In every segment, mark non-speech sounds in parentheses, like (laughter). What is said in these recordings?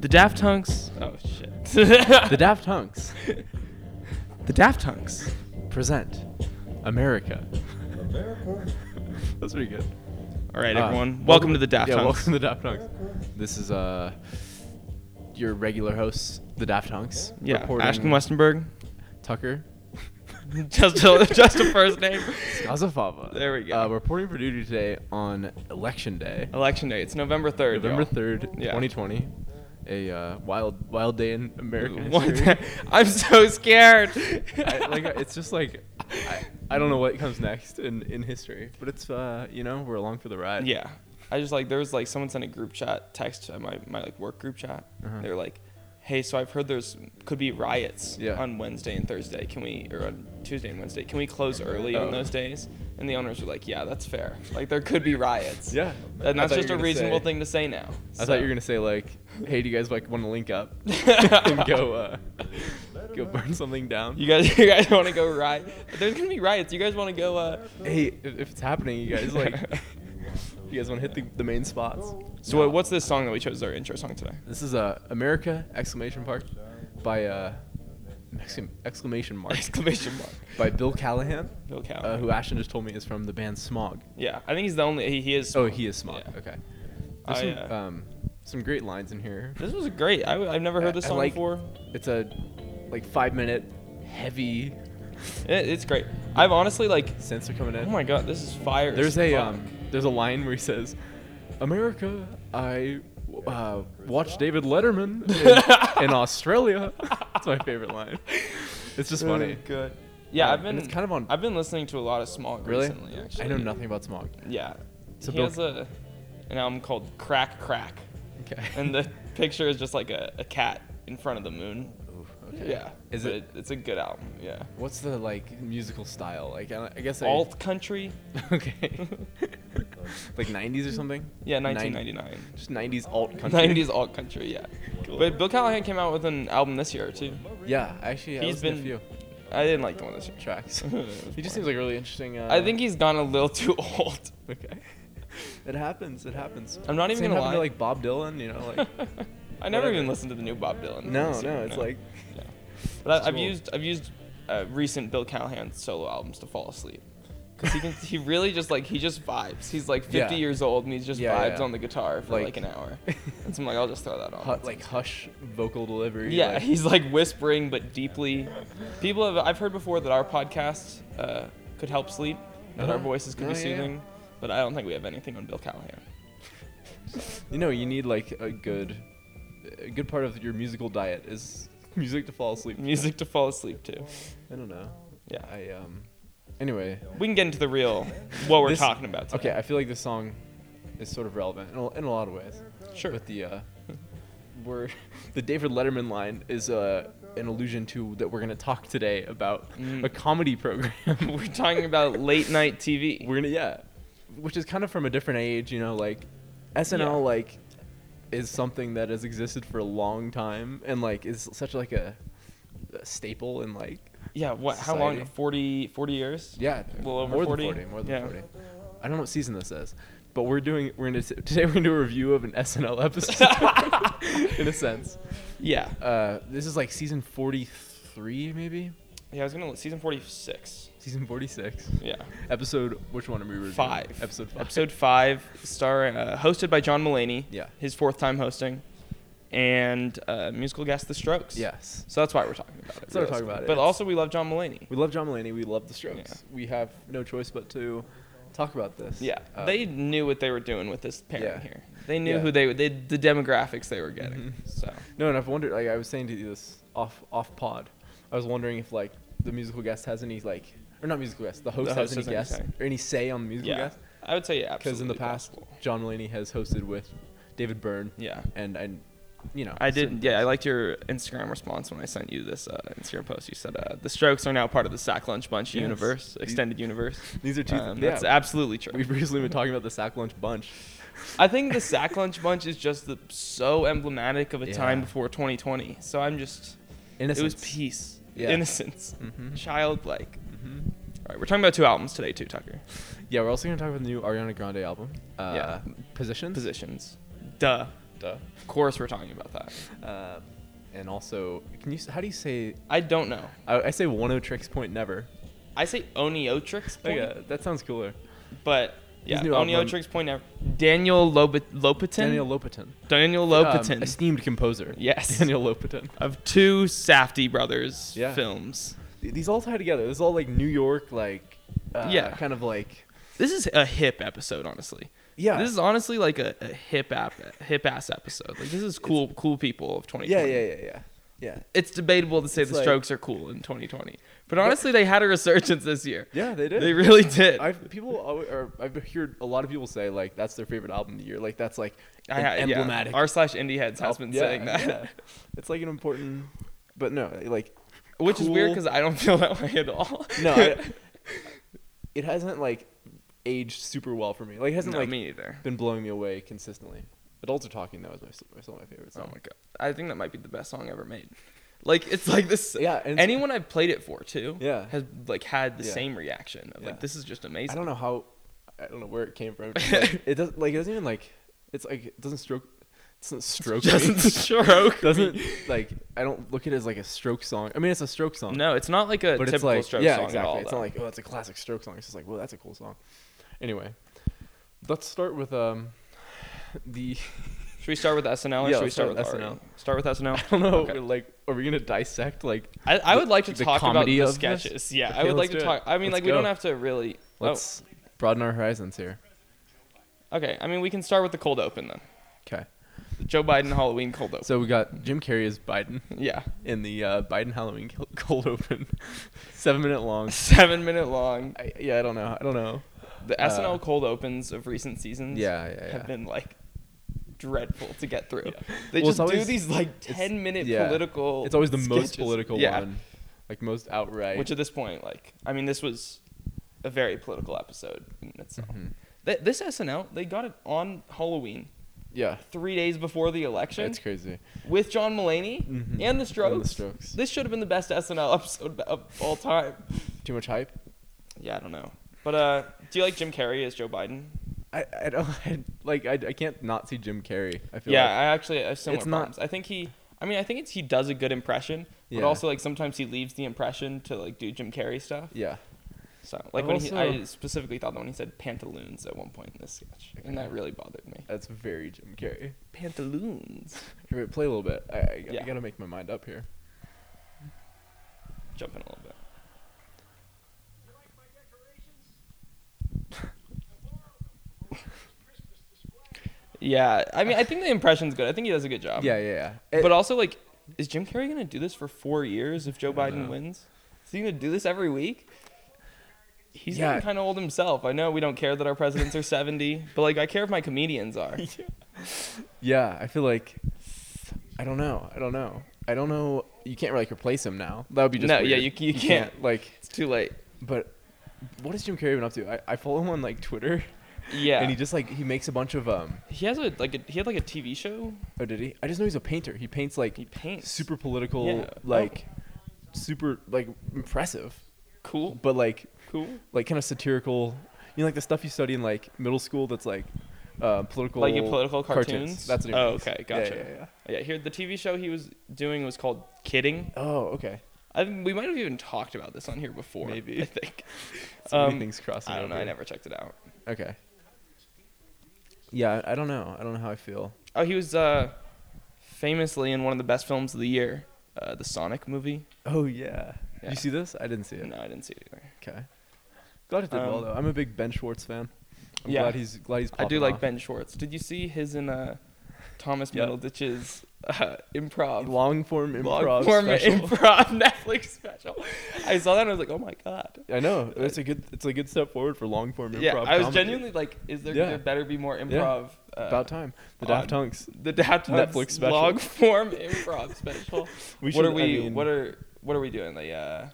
Daft Hunks. Oh shit. (laughs) The Daft Hunks the Daft Hunks. present America. America. That's pretty good. All right, Uh, everyone. Welcome, to the Daft yeah, Hunks. welcome to the Daft Hunks. This is uh your regular host, the Daft Hunks. yeah, reporting Ashton Westenberg. (laughs) Tucker. just a, just a first name. Skazafava. There we go. Uh, reporting for duty today on election day, Election day. It's November third. November third, Yeah. 2020. A uh, wild, wild day in American What history. the- I'm so scared. I, like it's just like I, I don't know what comes next in, in history, but it's uh you know we're along for the ride. yeah. I just like there was like someone sent a group chat text to my my like work group chat. Uh-huh. They were like, "Hey, so I've heard there's could be riots Yeah. on Wednesday and Thursday. Can we or on Tuesday and Wednesday? Can we close early Oh. on those days?" And the owners were like, "Yeah, that's fair. Like there could be riots. Yeah. and I that's thought you just were a gonna reasonable say- thing to say now." I So- thought you were gonna say like, hey, do you guys like want to (laughs) link up and (laughs) go uh go burn something down? You guys, you guys want to go riot? There's gonna be riots. You guys want to go? Uh, hey, if, if it's happening, you (laughs) guys like you guys want to hit the, the main spots. so what- what's this song that we chose as our intro song today? This is uh America exclamation mark by uh exclam- exclamation (laughs) mark Exclamation mark. by Bill Callahan, Bill Cowan. uh, who Ashton just told me is from the band Smog. yeah, I think he's the only. He, he is. Oh, he is smart. Yeah. Okay. I, There's some, uh, um, some great lines in here. This was great. I, have never heard this I- I song like- before. It's a like five minute heavy It, it's great. I've honestly like. sensor coming in. Oh my god, this is fire. as There's a fuck. um, there's a line where he says, "America, I uh, watched David Letterman (laughs) in, in Australia." That's my favorite line. It's Oh just funny. Good. Yeah, Yeah, I've been. and uh, it's kind of on- I've been listening to a lot of Smog Really? recently. Actually, I know nothing about Smog. Yeah. So he Bill- has a, an album called Crack Crack, Okay. and the (laughs) picture is just like a, a cat in front of the moon. Ooh, okay. Yeah. Is but it? It's a good album. Yeah. What's the like musical style? Like I, I guess I- Alt country. (laughs) Okay. (laughs) like 90s or something? Yeah, Nin- 1999. Just 90s alt country. (laughs) 90s alt country. Yeah. But Bill Callahan came out with an album this year too. (laughs) Yeah, actually, I He's listened been- to a few I didn't like the one this year. (laughs) tracks. It's he fine. just seems like a really interesting. Uh, I think he's gone a little too (laughs) old. Okay. It happens. It happens. I'm not even Same gonna happened To, lie. like Bob Dylan, you know, (laughs) like. I never Whatever. even listened to the new Bob Dylan. no, this year, no, (laughs) it's like. Yeah. But It's I, I've too old. used I've used uh, recent Bill Callahan solo albums to fall asleep. Cause he can, he really just like he just vibes. He's like 50 Yeah. years old and he just Yeah, yeah, vibes yeah. on the guitar for like, Like- an (laughs) hour. And so I'm like, I'll just throw that on. hu- like hush vocal delivery. Yeah, like- he's like whispering but deeply. People have I've heard before that our podcast uh, could help sleep, that our Uh-huh. voices could No, be yeah, yeah. soothing, but I don't think we have anything on Bill Callahan. you know, you need like a good, a good part of your musical diet is (laughs) music to fall asleep. to. Music to fall asleep to. I don't know. Yeah. I um. Anyway, We can get into the real what we're This- talking about. Today. okay. I feel like this song is sort of relevant in a, in a lot of ways. sure. (laughs) But the uh, we're the David Letterman line is uh, an allusion to that we're gonna talk today about Mm. a comedy program. (laughs) (laughs) we're talking about late night TV. we're gonna yeah, which is kind of from a different age, you know, like SNL Yeah. like is something that has existed for a long time and like is such like a, a staple and like yeah, what? How long? Society. 40, 40 years? yeah, Well, over more 40? than forty, more than Yeah. forty. I don't know what season this is. But we're doing we're gonna (laughs) today we're gonna do a review of an SNL episode (laughs) in a sense. Yeah. Uh, this is like season 43, maybe? Yeah, I was gonna season forty six. Season 46. Yeah. Episode, which one are we reviewing? Five. Episode 5. Episode five, starring uh, hosted by John Mulaney. Yeah. His fourth time hosting, and uh, musical guest The Strokes. Yes. So that's why we're talking about it. That's why we're talking about it. But It's- also, we love John Mulaney. We love John Mulaney. We love The Strokes. We have no choice but to talk about this. Yeah, Uh, they knew what they were doing with this pairing Yeah. here. They knew Yeah. who they, they the demographics they were getting. Mhm. So No, and I've wondered, like, I was saying to you this off off pod. I was wondering if, like, the musical guest has any, like, or not musical guest, the host, host has any has any guest, say. or any say on the musical yeah, guest. I would say yeah, Because in the absolutely past, possible. John Mulaney has hosted with David Byrne. Yeah, And, and, you know. I certain did. Yeah, I things. liked your Instagram response when I sent you this uh, Instagram post. You said uh, the Strokes are now part of the Sack Lunch Bunch Yes. universe, These- extended universe. These are two. Um, yeah, That's absolutely true. (laughs) We've (laughs) recently been talking about the sack lunch bunch. I think the Sack Lunch (laughs) Bunch is just the, so emblematic of a time Yeah. before 2020. So I'm just it was peace, Yeah. innocence, Mhm. childlike. Mhm. All right, we're talking about two albums today too, Tucker. Mm-hmm. Yeah, we're also gonna talk about the new Ariana Grande album. Uh, Yeah. Positions. Positions, duh. duh. Of course, we're talking about that. Uh, and also, can you? s- How do you say? I don't know. I, I say one o tricks point never. I say Oniotrix point, Okay, that sounds cooler. but yeah, new album- Oniotrix point. Ever. Daniel Lobet- Lopatin. Daniel Lopatin. Daniel Um, Lopatin esteemed composer. Yes. (laughs) Daniel Lopatin. of two Safdie brothers Yeah. films. These all tie together. This is all like New York, like uh, Yeah. kind of like This is a hip episode, honestly. yeah, This is honestly like a, a hip app, hip ass episode. Like this is cool, cool people of 2020. yeah, yeah, yeah, yeah, yeah. It's debatable to say It's the like- Strokes are cool in 2020, but honestly, they had a resurgence this year. Yeah, they did. They really did. I've people alwa- or I've heard a lot of people say like that's their favorite album of the year. Like that's like I- an I- yeah. emblematic. R slash indie heads has been album. Yeah, saying that, (laughs) yeah. It's like an important, but no, like which is weird cool- because I don't feel that way at all. no, I- it hasn't like aged super well for me. Like it (laughs) hasn't No, like me either. been blowing me away consistently. Adults are talking though is my s- still my favorite Oh song. my god, I think that might be the best song ever made. Like it's like this. Yeah, and it's- anyone I've played it for too. Yeah. has like had the Yeah. same reaction of Yeah. like this is just amazing. (laughs) I don't know how. I don't know where it came from. Just, (laughs) like, it doesn't like it doesn't even like. It's like it doesn't stroke. It (laughs) doesn't stroke. Doesn't me. stroke. (laughs) doesn't like. I don't look at it as like a stroke song. I mean, it's a stroke song. No, it's not like a but it's typical like stroke yeah, song exactly. at all. it's though. not like oh, that's a classic stroke song. It's just like well, that's a cool song. Anyway, let's start with um, the (laughs) Should we start with SNL or Yeah, should we let's start start with with SNL? Start with SNL. (laughs) I don't know Okay. like are we gonna dissect like I, I would like to the talk about comedy the of this? sketches. Yeah, Okay, I would let's like do to it. talk. I mean, Let's like we don't go. have to really. let's broaden our horizons here. Oh, okay. I mean, we can start with the cold open then. Okay, The Joe Biden Halloween cold open. so we got Jim Carrey as Biden yeah, (laughs) in the uh, Biden Halloween cold open, (laughs) seven minute long. seven minute long. I, yeah, I don't know. I don't know. The Uh, SNL cold opens of recent seasons. Yeah, yeah, yeah. have been like dreadful to get through. Yeah. They Well, it's just do always- these like it's- ten minute yeah. political. It's always the most sketches. political Yeah. one, like most outright. Which at this point, like, I mean, this was a very political episode in itself. Mm-hmm. Th- this SNL, they got it on Halloween, yeah, three days before the election, it's crazy. with John Mulaney Mhm. and the Strokes. Strokes. This should have been the best SNL episode of all time. Too much hype. yeah, I don't know. But uh, do you like Jim Carrey as Joe Biden? I, I don't (laughs) I, like. I, I can't not see Jim Carrey. I feel Yeah, like. I actually have similar It's not- problems. I think he. I mean, I think it's he does a good impression, Yeah. but also like sometimes he leaves the impression to like do Jim Carrey stuff. yeah. So like I've when he, also- I specifically thought that when he said pantaloons at one point in this sketch, and that really bothered me. That's very Jim Carrey. Pantaloons. Here, wait, play a little bit. I, I, I Yeah. gotta make my mind up here. Jumping a little bit. (laughs) You like my decorations? Yeah, I mean, I think the impression's good. I think he does a good job. yeah, yeah, yeah. But also, like, is Jim Carrey gonna do this for four years if Joe I don't Biden know. wins? Is he gonna do this every week? He's Yeah. getting kind of old himself. I know we don't care that our presidents are seventy, but like, I care if my comedians are. yeah, I feel like I don't know. I don't know. I don't know. You can't like replace him now. That would be just No, yeah, weird. you c- you like. It's too late. But what has Jim Carrey been up to? I, I follow him on like Twitter, Yeah, and he just like he makes a bunch of um. he has a like a, he had like a TV show. Oh, did he? I just know he's a painter. He paints like He paints. super political, Yeah. like super like impressive, Cool, but like cool. like kind of satirical. You know, like the stuff you study in like middle school. That's like uh, political, Like in political cartoons. That's what he Oh, makes. okay, Yeah, gotcha. Yeah, yeah, Yeah, here the TV show he was doing was called Kidding. Oh, okay. I, we might have even talked about this on here before. Maybe. I think. (laughs) So many Um, things crossing. I don't know. I over. never checked it out. Okay. Yeah, I I don't know. I don't know how I feel. Oh, he was uh, famously in one of the best films of the year, uh, the Sonic movie. Oh yeah. Did Yeah. you see this? I didn't see it. No, I didn't see it either. Okay. Glad it did well Um, though. I'm a big Ben Schwartz fan. I'm Yeah. glad he's glad he's. I do popping like off. Ben Schwartz. Did you see his in uh, Thomas Yeah. Middleditch's uh, improv? Long form improv. long form (laughs) special. improv Netflix special. I saw that and I was like, oh my god. (laughs) I know it's a good it's a good step forward for long form improv. yeah, I was comedy. genuinely like, is there, Yeah. there better be more Yeah. improv? Uh, about time. The on- Daft Punks. The Daft Punk's Netflix special. long form improv special. (laughs) We what should- are I we? mean- what are what are we doing? Like, uh,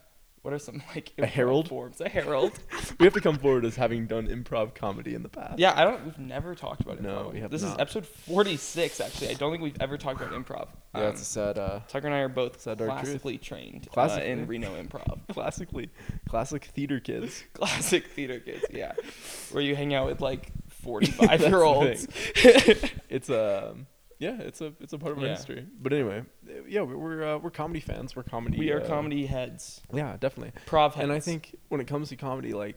what are some like A improv herald? forms? A herald. We have to come forward as having done improv comedy in the past. Yeah, I don't. We've never talked about improv. No, we have this is not. episode forty-six. Actually, I don't think we've ever talked about improv. Yeah, Um, it's a sad. Uh, Tucker and I are both sad dark truth. classically trained uh, Classically. in Reno (laughs) improv, classically, classic theater kids. classic theater kids. (laughs) Yeah, (laughs) (laughs) where you hang out with like forty-five year olds. It's um, Yeah, it's a it's a part of our Yeah. history. But anyway, yeah, we- we're uh, we're comedy fans. We're comedy. We are uh, comedy heads. Yeah, definitely. Prov heads. And I think when it comes to comedy, like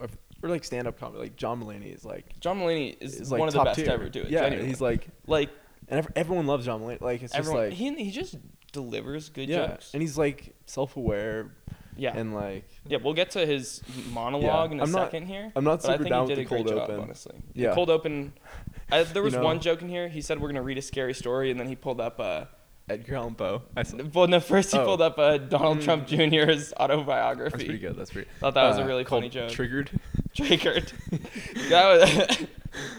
I've- or like stand up comedy, like John Mulaney is like John Mulaney is, is like one of the top best to tier. ever do it. Yeah, genuinely. he's like, like and ev- everyone loves John Mulaney. Like it's everyone. just like he he just delivers good yeah, jokes. and he's like self aware. yeah, and like yeah. We'll get to his monologue in a I'm not- second here. I'm not but I super think down he with did the a great cold job, open. honestly. Yeah. The cold open. (laughs) I, there was know- one joke in here. He said we're gonna read a scary story, and then he pulled up uh Edgar Allan Poe. I s- Well, no, first he Oh. pulled up uh, Donald Mm. Trump Jr.'s (laughs) autobiography. That's pretty good. That's pretty. Uh, Thought that was a really called funny joke. Triggered. (laughs) Triggered. that was.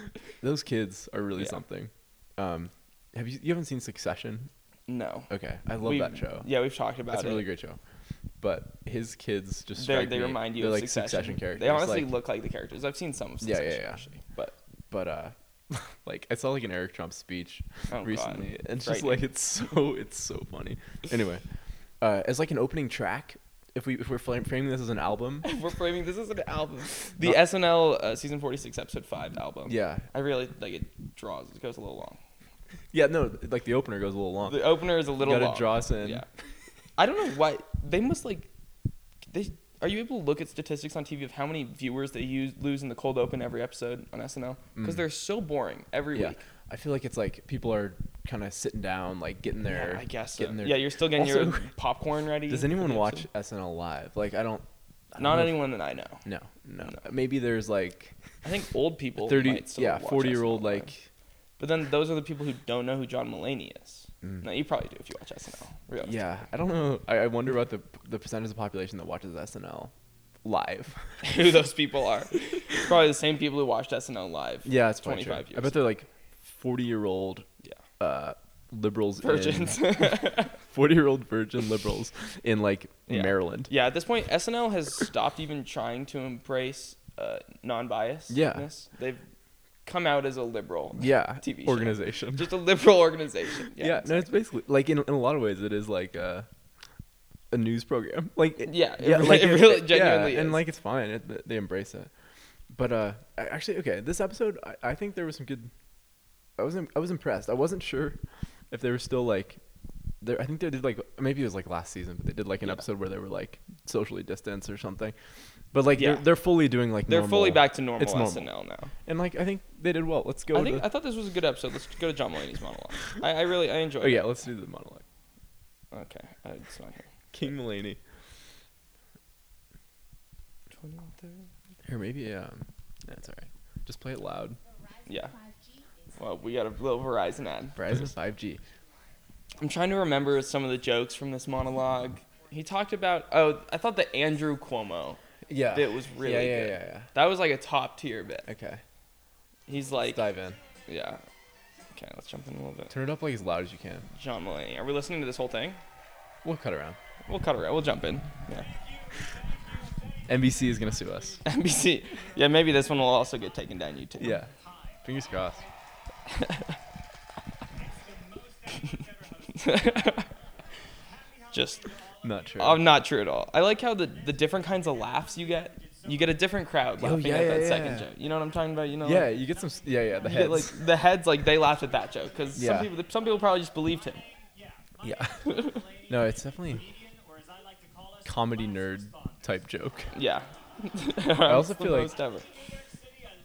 (laughs) Those kids are really Yeah. something. Um, have you you haven't seen Succession? no. Okay, I love We've- that show. Yeah, we've talked about That's a it. really great show. But his kids just They're- strike they me- remind you they're of like succession. characters. They honestly like, look like the characters. I've seen some of Yeah, yeah, Succession yeah. actually, but (laughs) but uh (laughs) like I saw like an Eric Trump speech Oh, God. recently and it's just Frightening. like it's so (laughs) it's so funny. Anyway, uh as like an opening track, if we if we're flam- framing this as an album, (laughs) we're framing this as an album. The Not- SNL uh, season 46 episode 5 album. yeah. I really like it draws. It goes a little long. Yeah, no, like the opener goes a little long. The opener is a little you gotta long. draw us in. Yeah. I don't know why they must like they are you able to look at statistics on TV of how many viewers they use lose in the cold open every episode on SNL because Mm. they're so boring every Yeah. week. I feel like it's like people are kind of sitting down, like getting their yeah, I guess. So. getting their yeah, you're still getting your Also, popcorn ready. (laughs) Does for (laughs) anyone the watch episode. SNL live? Like I don't I don't Not know if- anyone that I know. No, no. No. Maybe there's like I think old people. thirty, might still yeah, watch forty year old SNL, right? like. But then those are the people who don't know who John Mulaney is. Mm. No, you probably do if you watch SNL. Really. Yeah, I don't know. I, I wonder about the the percentage of the population that watches SNL live. (laughs) (laughs) who those people are? It's probably the same people who watched SNL live. yeah, it's twenty 25 five. years. I bet they're like forty year old Yeah. uh, liberals, Virgins. (laughs) (laughs) forty year old virgin liberals in like Yeah. Maryland. Yeah, at this point, SNL has stopped even trying to embrace uh, non-biasness. Yeah. they've come out as a liberal. Yeah, TV show. (laughs) organization. (laughs) just a liberal organization. yeah, Yeah, no, it's basically like in, in a lot of ways it is like a a news program. (laughs) Like it- Yeah, it really- it really genuinely and is. like it's fine. It, they embrace it. But uh, I- actually, okay, this episode I, I think there was some good. I was im- I was impressed. I wasn't sure if they were still like. There, I think they did like maybe it was like last season, but they did like an Yeah. episode where they were like socially distanced or something. But like they're, Yeah. they're fully doing like they're fully normal- back to normal, It's normal. SNL now. and like I think they did well. Let's go. I think to, I thought this was a good episode. Let's go to John Mulaney's monologue. I, I really I enjoyed. oh yeah, let's do the monologue. It. Okay, uh, it's not here. King Mulaney. Twenty third. Or maybe um, that's all right. Just play it loud. Yeah. Well, we got a little Verizon ad. Verizon 5G. I'm trying to remember some of the jokes from this monologue. He talked about oh, I thought the Andrew Cuomo Yeah. bit was really yeah, yeah, good. yeah, yeah. That was like a top tier bit. Okay. He's like, Let's dive in. yeah. Okay, let's jump in a little bit. Turn it up like as loud as you can. John Mulaney. Are we listening to this whole thing? We'll cut around. We'll cut around. We'll jump in. Yeah. (laughs) NBC is gonna sue us. NBC. Yeah, maybe this one will also get taken down YouTube. Yeah. Fingers crossed. Just, Not sure. I'm not true at all. I like how the, the different kinds of laughs you get. You get a different crowd Oh, laughing yeah, at that yeah, second yeah. joke. You know what I'm talking about? You know, yeah, like, you get some. s- Yeah, yeah. The you get, heads. (laughs) like the heads, like they laughed at that joke because Yeah. some people, some people probably just believed him. (laughs) yeah. no, it's definitely or as I like to call us, comedy nerd type joke. Yeah. (laughs) I It's also the feel like- most ever.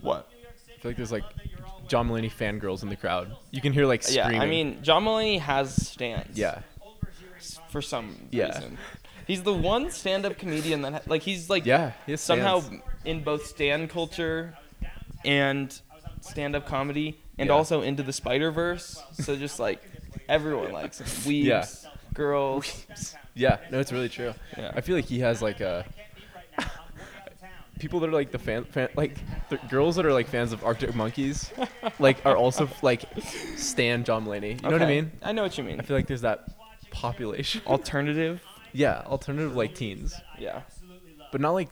What? I feel like there's like John Mulaney fangirls in the crowd. You can hear like Yeah, screaming. I mean, John Mulaney has stands. Yeah. for some Yeah. reason. He's the one stand-up comedian that ha- like he's like Yeah. he has somehow stands. in both stand culture and stand-up comedy and Yeah. also into the Spider-Verse. So just like everyone (laughs) likes him. Weebs, Yeah. girls. Yeah. No, it's really true. Yeah. I feel like he has like a. people that are like the fan, fan like the girls that are like fans of Arctic Monkeys, like are also like stan John Mulaney. You know what I Okay, mean? I know what you mean. I feel like there's that population. Alternative? (laughs) yeah, alternative like teens, Yeah. but not like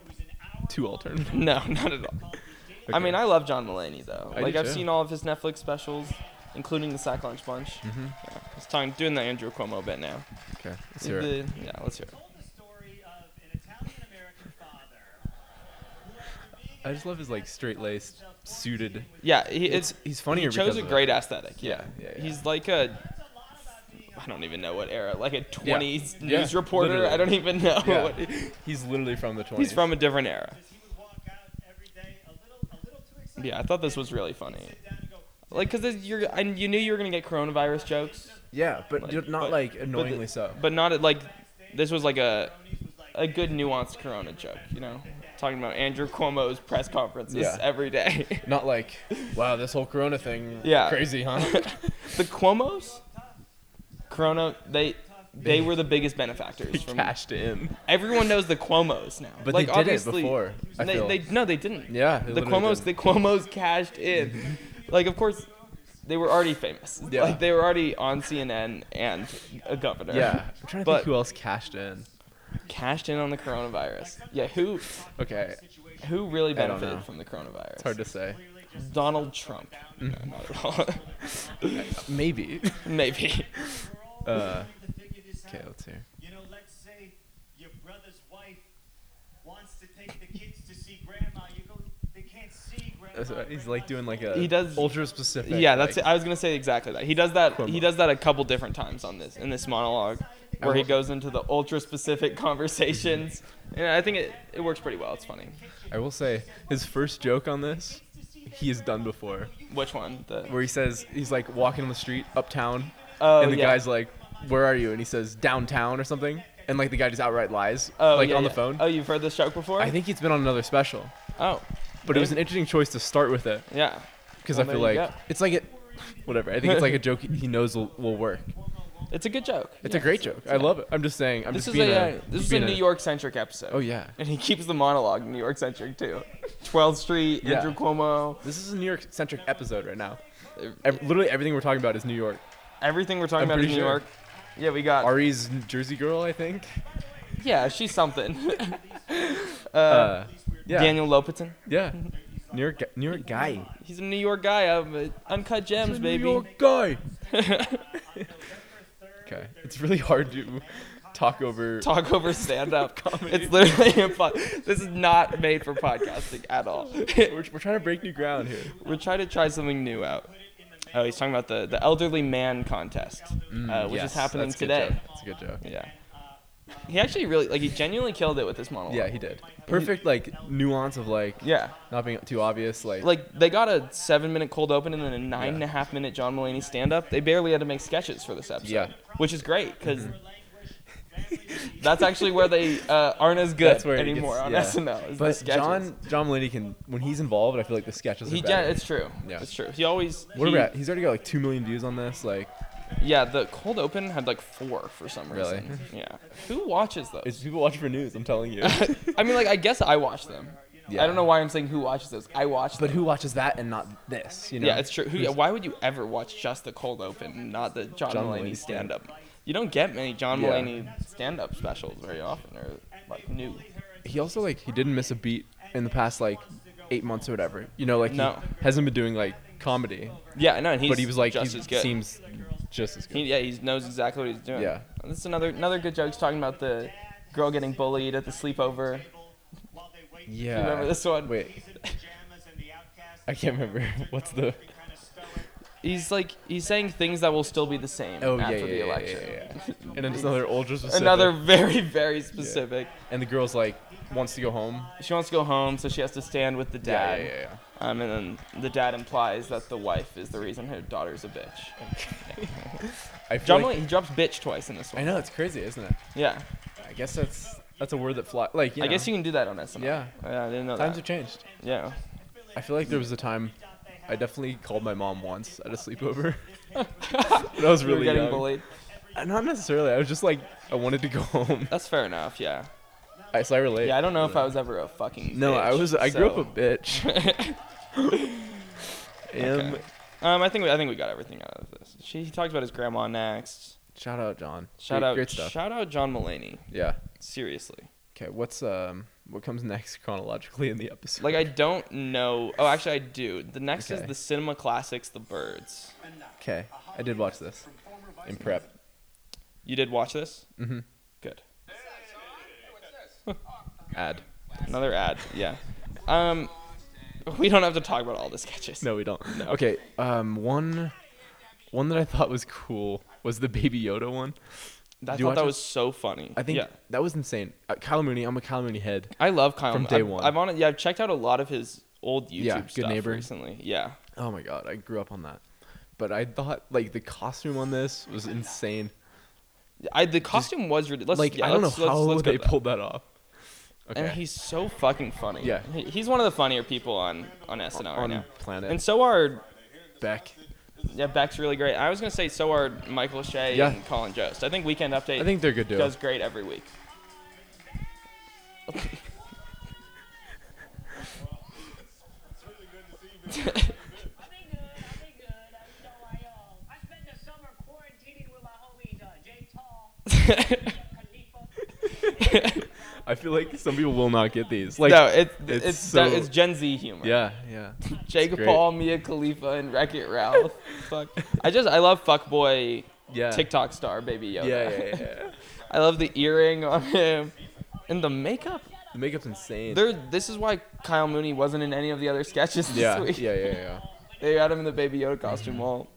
too alternative. No, (laughs) not at all. I Okay. mean, I love John Mulaney though. I do like I've too. seen all of his Netflix specials, including the Sack Lunch Bunch. Mm-hmm. Yeah, it's time doing the Andrew Cuomo bit now. Okay, let's hear it. The- yeah, let's hear it. Told the story of an Italian American father. who, after being I I just love his like straight laced, suited. Yeah, he, It's- it's he's funnier He chose because a of great it. aesthetic. Yeah. Yeah, yeah, yeah. he's like a I don't even know what era, like a 20s Yeah, news reporter. literally. I don't even know. Yeah. What, He's literally from the 20s. he's from a different era. He would walk out every day a little, a little too excited. Yeah, I thought this was really funny. Sit down and go, Like, cause this- you're and you knew you were gonna get coronavirus jokes, Yeah, but Like, you're not but- like but the- annoyingly so. but not at, like this was like a a good nuanced corona joke. You know, talking about Andrew Cuomo's press conferences Yeah. every day. (laughs) Not like, wow, this whole Corona thing, Yeah. crazy, huh? (laughs) the Cuomo's Corona, they they were the biggest (laughs) benefactors from Cashed in. Everyone knows the Cuomo's now. But like, they did it obviously, before, I they, feel. they no, they didn't. Yeah, they the literally Cuomo's didn't. the Cuomo's cashed in. like, of course, they were already famous. Yeah. Like they were already on CNN and a governor. Yeah. I'm trying to But- think who else cashed in. cashed in on the coronavirus. Yeah, who Okay, who really don't benefited know. from the coronavirus? it's hard (laughs) to say. Donald Trump. No, not at all. (laughs) (laughs) Maybe. Maybe. we're all Uh, trying to figure this Okay, out. let's hear. You know, let's say your brother's wife wants to take the kids to see grandma. You go, they can't see grandma. That's right, He's like Grandma's doing like a He does- ultra specific. Yeah, that's like, it. I was gonna say exactly that. He does that. He Cuomo. does that a couple different times on this in this monologue, where he goes into the ultra specific (laughs) (laughs) conversations, and I think it, it works pretty well. It's funny. I will say his first joke on this, he has done before, Which one? The where he says he's like walking on the street uptown, Oh, and the yeah. guy's like, "Where are you?" and he says downtown or something, and like the guy just outright lies, oh, like yeah, on the yeah. phone. Oh, you've heard this joke before? I think he's been on another special, Oh, but it was an interesting choice to start with it yeah. because Well, I feel there you like go. it's like it, whatever. I think it's like a joke he knows will, will work. It's a good joke. It's a great joke. I love it. I'm just saying. I'm This just is being a, uh this is a being New York centric episode. Oh yeah. And he keeps the monologue New York centric too. (laughs) 12th Street, Yeah. Andrew Cuomo. This is a New York centric episode right now. Ev- literally everything we're talking about is New York. Everything we're talking I'm about is pretty New sure. York. Yeah, we got. Ari's Jersey girl, I think. yeah, she's something. (laughs) Uh, yeah. Daniel Lopatin. Yeah. New York, gu- New York guy. He's a New York guy. I'm uh, uncut gems, baby. New York guy. November 3rd, Okay. It's really hard to talk over. (laughs) Talk over stand (laughs) up comedy. It's literally impossible. This is not made for podcasting at all. (laughs) We're, we're trying to break new ground here. We're trying to try something new out. Oh, he's talking about the, the elderly man contest, uh, which Mm, Yes, is happening that's a good today. joke. That's a good joke. Yeah. He actually really like he genuinely killed it with this monologue. Yeah, he did. Perfect like nuance of like Yeah. not being too obvious. Like, Like they got a seven minute cold open and then a nine and a half minute John Mulaney stand up. They barely had to make sketches for this episode. Yeah. Mm-hmm. Which is great because that's actually where (laughs) they uh, aren't as good that's where it gets- anymore on yeah. SNL. Is the But sketches. John John Mulaney can when he's involved, I feel like the sketches are He, yeah, better. it's true. Yeah. It's true. He always. what he, are we at? He's already got like two million views on this. Like, Yeah, the cold open had like four for some Really? reason. Yeah. Who watches those? it's people watch for news. I'm telling you. (laughs) I mean, like, I guess I watch them. Yeah. I don't know why I'm saying who watches those. I watch But them. who watches that and not this? You know. Yeah, it's true. Who, yeah, why would you ever watch just the cold open, and not the John, John Mulaney Mulaney stand stand-up. up? You don't get many John Yeah. Mulaney stand up specials very often, or like new. He also like he didn't miss a beat in the past like eight months or whatever. You know, like No. he hasn't been doing like comedy, Yeah, I know. And he's but he was like just he as good. seems just as good. He, yeah, he knows exactly what he's doing. Yeah. And this is another another good joke. He's (laughs) talking about the girl getting bullied at the sleepover. while they wait yeah. You remember this one? Wait, in pajamas and the outcast I can't (laughs) remember. What's the? can kind of stoic. He's like he's saying things that will still be the same Oh yeah, after yeah, the yeah, yeah, election. yeah, yeah. (laughs) And then just another ultra specific. Another very very specific. And the girl's like wants to go home. She wants to go home, so she has to stand with the Yeah, dad. yeah, yeah. Um, and then the dad implies that the wife is the reason her daughter's a bitch. yeah. (laughs) I feel John like- Mulaney, he drops bitch twice in this I one. know it's crazy, isn't it? Yeah. I guess that's that's a word that fly. Like you I guess know, you can do that on SNL. Yeah. Yeah, I didn't know times have that. changed. (laughs) yeah. I feel like there was a time I definitely called my mom once at a sleepover. (laughs) when I (laughs) was You were really getting young. bullied. Uh, Not necessarily. I was just like I wanted to go home. (laughs) That's fair enough. Yeah. I so I relate. Yeah, I don't know if I was ever a fucking. No, I bitch, was. I grew up so- a bitch. um, Okay. (laughs) Um, I think we, I think we got everything out of this. She he talks about his grandma next. shout out John. Shout great, out, Great stuff. shout out John Mulaney. yeah. Seriously, Okay. What's um what comes next chronologically in the episode? like I don't know. Oh, actually, I do. The next Okay. is the cinema classics, The Birds. okay, I did watch this in prep. You did watch this? Mhm. Good. Ad. Another ad. Yeah. Um, We don't have to talk about all the sketches. No, we don't. Okay. Um, one, one that I thought was cool was the Baby Yoda one. I Do you thought that watch was so funny. I think yeah. that was insane. Uh, Kyle Mooney. I'm a Kyle Mooney head. I love Kyle. From I've- day one. I've on yeah, I've checked out a lot of his old YouTube Yeah, Good stuff Neighbor. recently. Yeah. Oh my god, I grew up on that. But I thought like the costume on this was insane. I the costume was ridiculous. Like yeah, I don't know let's- let's- how let's go they to that. pulled that off. Okay. And he's so fucking funny. Yeah. He- he's one of the funnier people on on SNL right on now. planet And so are Beck. yeah, Beck's really great. I was gonna say so are Michael Shea Yeah. and Colin Jost. I think Weekend Update. I think they're good duo. does great every week. I've been good. I've been good. Uh, you know, I uh, I spent the summer quarantining with my homies, uh, Jay Tall, Khalifa. (laughs) (laughs) I feel like some people will not get these. Like no, it, it's it's it's, so- it's Gen Z humor. yeah, yeah. Jacob great. Paul, Mia Khalifa, and Wreck It (laughs) Ralph. Fuck. I just I love fuckboy (laughs) Yeah. TikTok star Baby Yoda. Yeah, yeah, yeah. (laughs) I love the earring on him and the makeup. The makeup's insane. There. This is why Kyle Mooney wasn't in any of the other sketches this yeah, yeah, week. yeah, yeah. They had him in the Baby Yoda costume. Well,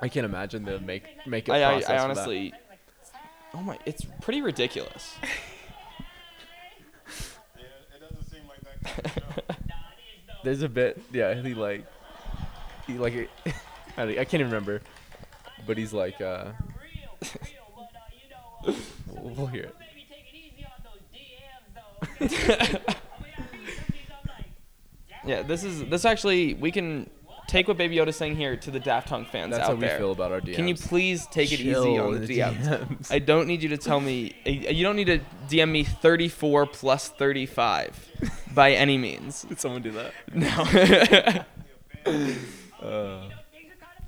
I can't imagine the make makeup I, I, process. I for that. honestly. Oh my! It's pretty (laughs) ridiculous. (laughs) Yeah, it doesn't seem like that kind of show. Nah, it is though. There's a bit, yeah. He like, he like, (laughs) I don't- I can't even remember, but he's like, uh, Real, for real. But uh, you know, uh, we'll, we'll hear it. maybe take it easy on those DMs though. Okay? I mean, I read some of these. I'm like, Yeah, this is this actually we can take what Baby Yoda's saying here to the Daft Punk fans That's out how we there. feel about our DMs. Can you please take it easy Chill on the, the DMs? DMs. (laughs) I don't need you to tell me. You don't need to DM me 34 plus 35 by any means. Did someone do that? (laughs) No. Uh, you know, things are kind of.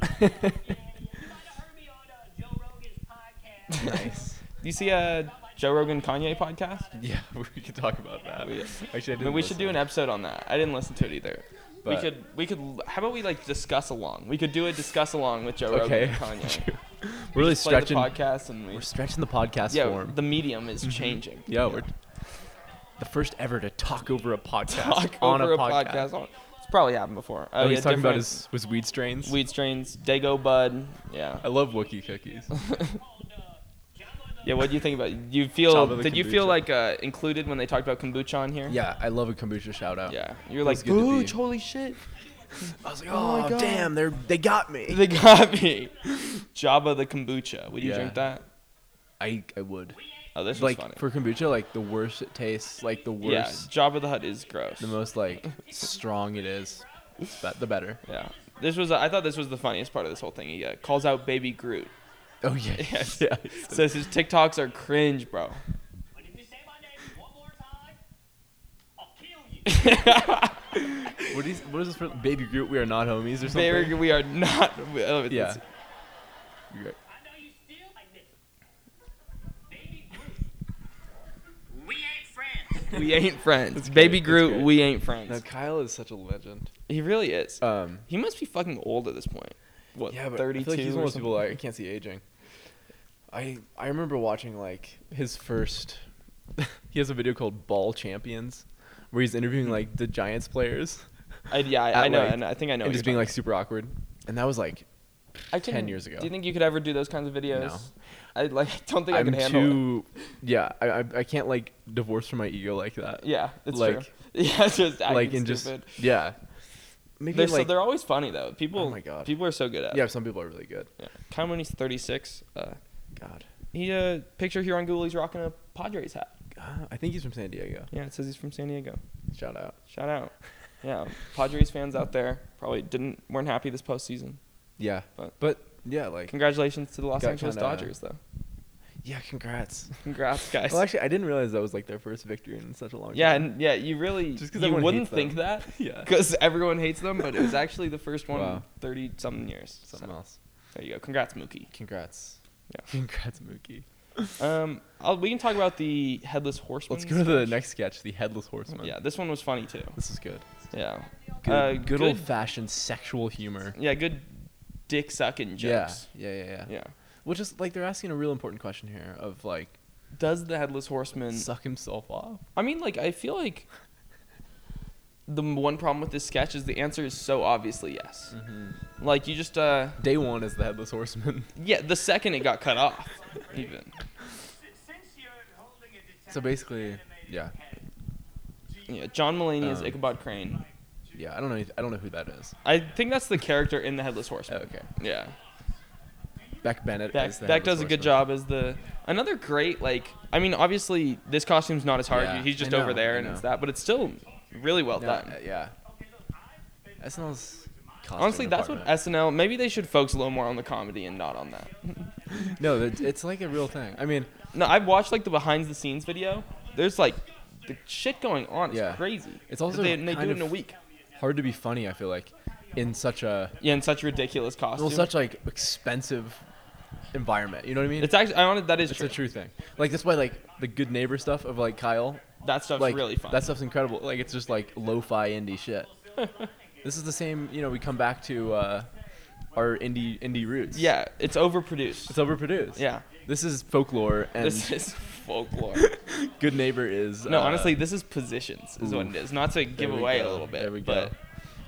yeah, yeah. You might have heard me on uh, Joe Rogan's podcast. nice. you see a Joe Rogan Kanye podcast? (laughs) Yeah, we could talk about that. We- Actually, I I didn't mean, we should do listen. an episode on that. I didn't listen to it either. we But- could we could how about we like discuss along? We could do a discuss along with Joe Okay. Rogan (laughs) and (laughs) Kanye. we're really Just play the stretching. podcast and we We're stretching the podcast yeah form. the medium is changing. yeah, we're the first ever to talk over a podcast Talk on over a (laughs) podcast. on- it's probably happened before. Oh, All yeah, he's talking about different his was weed strains. weed strains, Dago Bud. Yeah. I love Wookiee cookies. (laughs) Yeah, what do you think about it? you feel? Top of the Did you feel kombucha. like uh, included when they talked about kombucha on here? yeah, I love a kombucha shout out. yeah. You're was like, good to booch, be- holy shit! (laughs) I was like, Oh my God. they're they got me. They got me. Java the kombucha. Would you Yeah. drink that? I I would. Oh, this like is funny. for kombucha, like the worse it tastes, like the yeah, worse, Java the Hutt is gross. the most like strong it is, it's be- (laughs) the better. yeah. This was. I thought this was the funniest part of this whole thing. He uh, calls out Baby Groot. (laughs) Oh yeah, Yes. (laughs) yeah. Says his TikToks are cringe, bro. (laughs) But if you say my name one more time, I'll kill you. What is what is this for? Baby Groot, we are not homies or something. Baby, we are not. (laughs) Oh, it's- Yeah. I know you still like this. Baby Groot. We ain't friends. We ain't friends. That's Baby great, that's Groot, great. we ain't friends. Now Kyle is such a legend. he really is. Um. he must be fucking old at this point. What? Yeah, but 32 I feel like he's or one of those people something? like, I can't see aging. I I remember watching like his first. (laughs) he has a video called Ball Champions, where he's interviewing like the Giants players. I, yeah, (laughs) at, I, I know, like- and I think I know. And what just you're being like super awkward, and that was like talking- I 10 couldn't- years ago. Do you think you could ever do those kinds of videos? No. I like (laughs) I don't think i I'm can handle it. too. (laughs) Yeah, I, I I can't like divorce from my ego like that. Yeah, it's like- true. (laughs) Yeah, it's just acting like and stupid. just yeah. Maybe They're, so like Oh they're always funny though. People, my God. people are so good at. yeah, it. some people are really good. yeah. Kyle Mooney's 36. Uh, God, he uh, picture here on Google, he's rocking a Padres hat. Ah, I think he's from San Diego. Yeah, it says he's from San Diego. Shout out. Shout (laughs) out. Yeah, Padres fans out there probably didn't weren't happy this postseason. Yeah, but, But- yeah, like Congratulations to the Los Got Angeles kinda- Dodgers though. yeah, congrats. (laughs) Congrats, guys. Well, actually, I didn't realize that was like their first victory in such a long Yeah, time. and yeah, you really Just 'cause you everyone wouldn't hates think them. that (laughs) Yeah. because everyone hates them, but it was actually the first one Wow. in thirty something years. So, something else. There you go. Congrats, Mookie. Congrats. Yeah. (laughs) Congrats, Mookie. Um, I'll, we can talk about the headless horseman. Let's go to the sketch. next sketch, the headless horseman. Yeah, this one was funny too. this is good. Yeah. Good, Uh, good, good- old-fashioned sexual humor. Yeah, good dick sucking Yeah, jokes. yeah, yeah, yeah. Yeah. Which is like they're asking a real important question here of like Does the headless horseman? suck himself off. I mean, like I feel like the m- one problem with this sketch is the answer is so obviously yes. Mm. Like you just uh Day one is the headless horseman. yeah, the second it got cut off (laughs) even. Since you're holding a (laughs) detached So basically, animated yeah, head, Yeah, (laughs) John Mulaney is Um, Ichabod Crane. yeah. I don't know. anyth- I don't know who that is. I think that's the character in the Headless Horseman. Okay, Yeah. Beck Bennett. Beck, is the Beck Headless does a good Horseman. job as the another great like I mean obviously this costume's not as hard Yeah, he's just I know, over there I and it's know. that but it's still really well No, done uh, yeah. SNL's costume honestly that's what department. SNL maybe they should focus a little more on the comedy and not on that no, it- it's like a real thing. I mean, no I've watched like the behind the scenes video there's like the shit going on is Yeah. crazy It's also But they, and they do kind it in a of- week hard to be funny. I feel like in such a yeah in such a ridiculous costume well, such like expensive environment. You know what I mean? it's actually I honest that is It's true a true thing. Like that's why like the good neighbor stuff of like Kyle. that stuff's like really fun that stuff's incredible. Like it's just like lo-fi (laughs) indie shit. this is the same. You know, we come back to uh, our indie indie roots. yeah it's overproduced it's overproduced. yeah This is folklore, and this is folklore. Good Neighbor is (laughs) No, uh, honestly, this is positions, is what it oof. is. Not to there give we away a go, little bit, There we but go.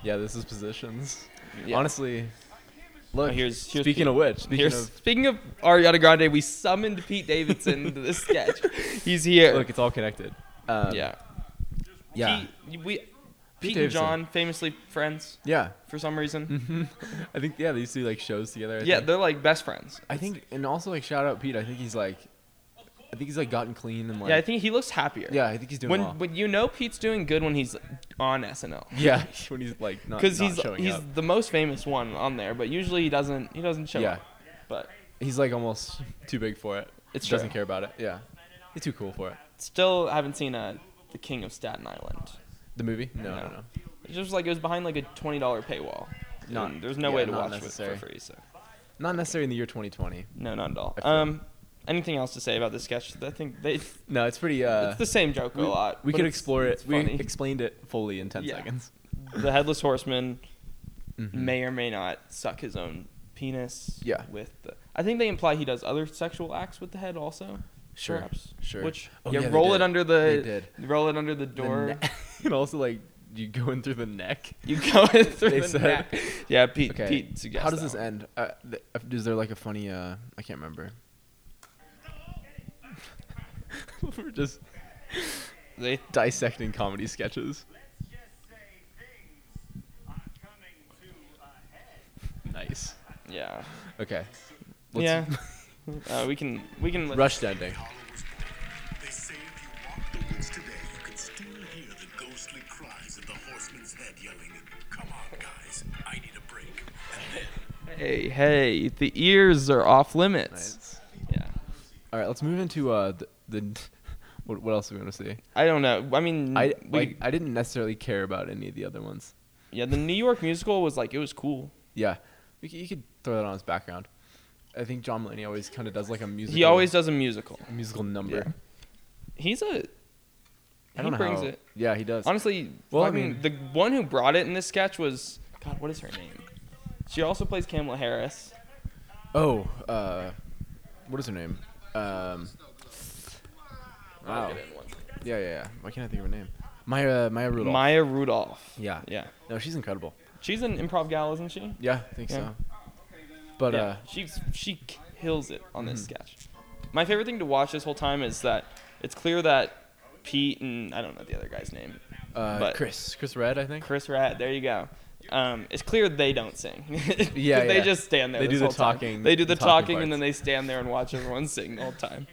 Yeah, this is positions. Yeah. Oh, Honestly, look. here's- here's speaking Pete. of which, speaking here's of speaking of Ariana Grande, we summoned Pete Davidson to this (laughs) sketch. He's here. look, it's all connected. Um, yeah, yeah, Pete, we, Pete, and Davidson. John famously friends yeah. (laughs) for some reason. I think yeah, they used to do like shows together. I Yeah, think. they're like best friends. I think, and also like shout out Pete. I think he's like, I think he's like gotten clean and like. Yeah, I think he looks happier. yeah, I think he's doing When well. when you know Pete's doing good when he's on SNL. (laughs) yeah, when he's like not, Because not he's showing he's up. the most famous one on there, but usually he doesn't he doesn't show Yeah. up. But He's like almost too big for it. It's doesn't true. care about it. Yeah, he's too cool for it. still haven't seen uh, the King of Staten Island. The movie? No, no, No. no. It's just like it was behind like a twenty dollar paywall. Not- And there's no yeah, way to not watch necessary. it for free. So Not necessarily in the year 2020. no, not at all. I feel- Um, anything else to say about this sketch? I think they it's No, it's pretty. Uh, the same joke a we, lot. We but could it's- explore it's it. We funny. explained it fully in 10 Yeah. seconds. the headless horseman Mhm. may or may not suck his own penis. Yeah. With the, I think they imply he does other sexual acts with the head also. Sure, Perhaps. sure. Which Oh, yeah, yeah, they roll it did. under They the did. roll it under the The door. ne- (laughs) and also like you go in through the neck. you go (laughs) in through They the said- neck. Yeah, Pete. Okay. Pete suggests. How does that this one. end? Uh, th- is there like a funny? Uh, I can't remember. (laughs) We're just They (laughs) dissecting comedy sketches. Let's just say things are coming to a head. Nice. yeah. Okay. (laughs) Yeah. Uh, we can we can let- rushed ending. Dollar was born. They say if you walk the woods today, you can still hear the ghostly cries of the horseman's head yelling, Come on, guys, I need a break. And then Hey, hey, the ears are off limits. Yeah. All right, let's move into uh the, the (laughs) what, what else do we want to see? I don't know. I mean, I Mm, we, like I didn't necessarily care about any of the other ones. yeah, the New York musical was like, it was cool. Yeah, we could, you could throw that on his background. I think John Mulaney always kind of does like a musical. He always does a musical. a musical number. Yeah. He's a. I don't he know brings how- it. Yeah, he does. Honestly, Well, I fucking- mean- the one who brought it in this sketch was. God, what is her name? She also plays Kamala Harris. Oh, uh, what is her name? Um, wow. Yeah, yeah, yeah. Why can't I think of her name? Maya, Maya Rudolph. Maya Rudolph. Yeah. Yeah. No, she's incredible. She's an improv gal, isn't she? Yeah, I think Yeah. so. But yeah, uh, she's she kills it on Mm-hmm. this sketch. My favorite thing to watch this whole time is that it's clear that Pete and I don't know the other guy's name, uh, but- Chris, Chris Red, I think. Chris Rat. There you go. Um, it's clear they don't sing. (laughs) 'Cause Yeah, they yeah. just stand there. They this do the whole time. talking- They do the, the talking, talking and then parts. they stand there and watch everyone sing the whole time.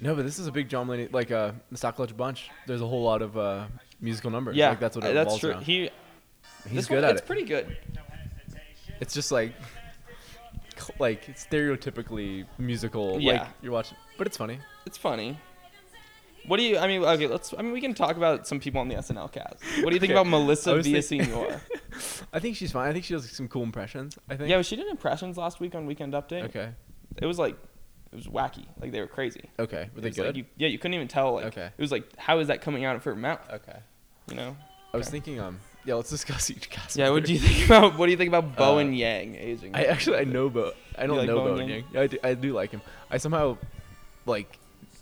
No, but this is a big John Mulaney, like uh, the Stockledge Bunch. There's a whole lot of uh, musical numbers. Yeah, uh, like, that's what it that's revolves true. around. He He's this one- good at It's it. pretty good. No hesitation. it's just like, cl- like stereotypically musical. Like Yeah. you're watching, but it's funny. It's funny. What do you? I mean, okay, let's. I mean, we can talk about some people on the SNL cast. What do you think Okay. about Melissa I was think- (laughs) Villasenor? I think she's fine. I think she does some cool impressions. I think. yeah, she did impressions last week on Weekend Update. Okay. it was like it was wacky. Like they were crazy. Okay. Oh, Were It they was like, good? you, yeah, you couldn't even tell. Like Okay. it was like how is that coming out of her mouth? okay. You know. I was Okay. thinking. Um. Yeah. Let's discuss each cast. Yeah. (laughs) What member. do you think about what do you think about Bo Uh, and Yang aging? I actually I know Bo. I don't like know Bo Bo and and Yang? Yang. Yeah, I do, I do like him. I somehow like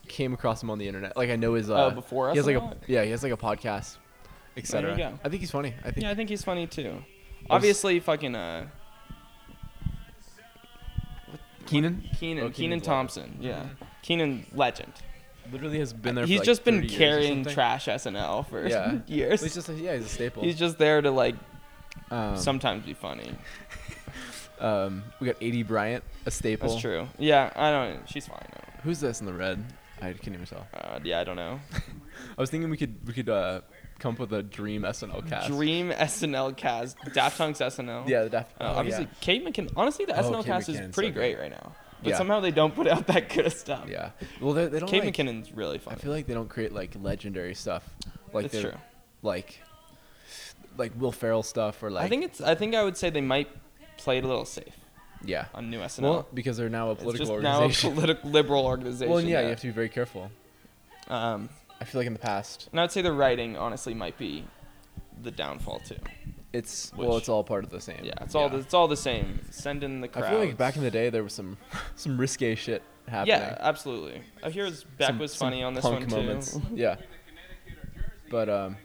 came across him on the internet. Like I know his. Uh, Oh, before He has like a SNL? yeah. He has like a podcast. etc. go. I think he's funny. I think Yeah, I think he's funny too. Obviously, fucking uh, Oh, Keenan Keenan Oh, Keenan Keenan's Thompson. Yeah, Keenan legend. literally has been there. He's for like just 30 been years or carrying something. trash SNL for Yeah, (laughs) years. He's just yeah, he's a staple. he's just there to like um, sometimes be funny. (laughs) um, we got AD Bryant, a staple. That's true. Yeah, I don't. She's fine. I don't- Who's this in the red? I can't even tell. Uh, yeah, I don't know. I was thinking we could we could uh, come up with a dream SNL cast. Dream SNL cast, Daft Punk's SNL. Oh, Yeah, the Daft. Uh, obviously, Kate McKinnon. Honestly, the Oh, SNL Kate cast McKinnon's is pretty so good. great right now, but Yeah. somehow they don't put out (laughs) that good of stuff. yeah. Well, they, they don't. Kate like- McKinnon's really I funny. feel like they don't create like legendary stuff. Like That's they're- true. Like, like Will Ferrell stuff or like. I think it's. I think I would say they might play it a little safe yeah. on new SNL. Well, because they're now a it's political just now a organization. (laughs) political liberal organization. well, and yeah, you have to be very careful. Um, I feel like in the past, and I'd say the writing honestly might be the downfall too. it's Which- well, it's all part of the same. Yeah, it's all the, it's all the same. Send in the crowd. I feel like back in the day there was some (laughs) some risque shit happening. Yeah, absolutely. I hear his back Some- was some funny on this one (laughs) punk moments. too. Yeah. But um,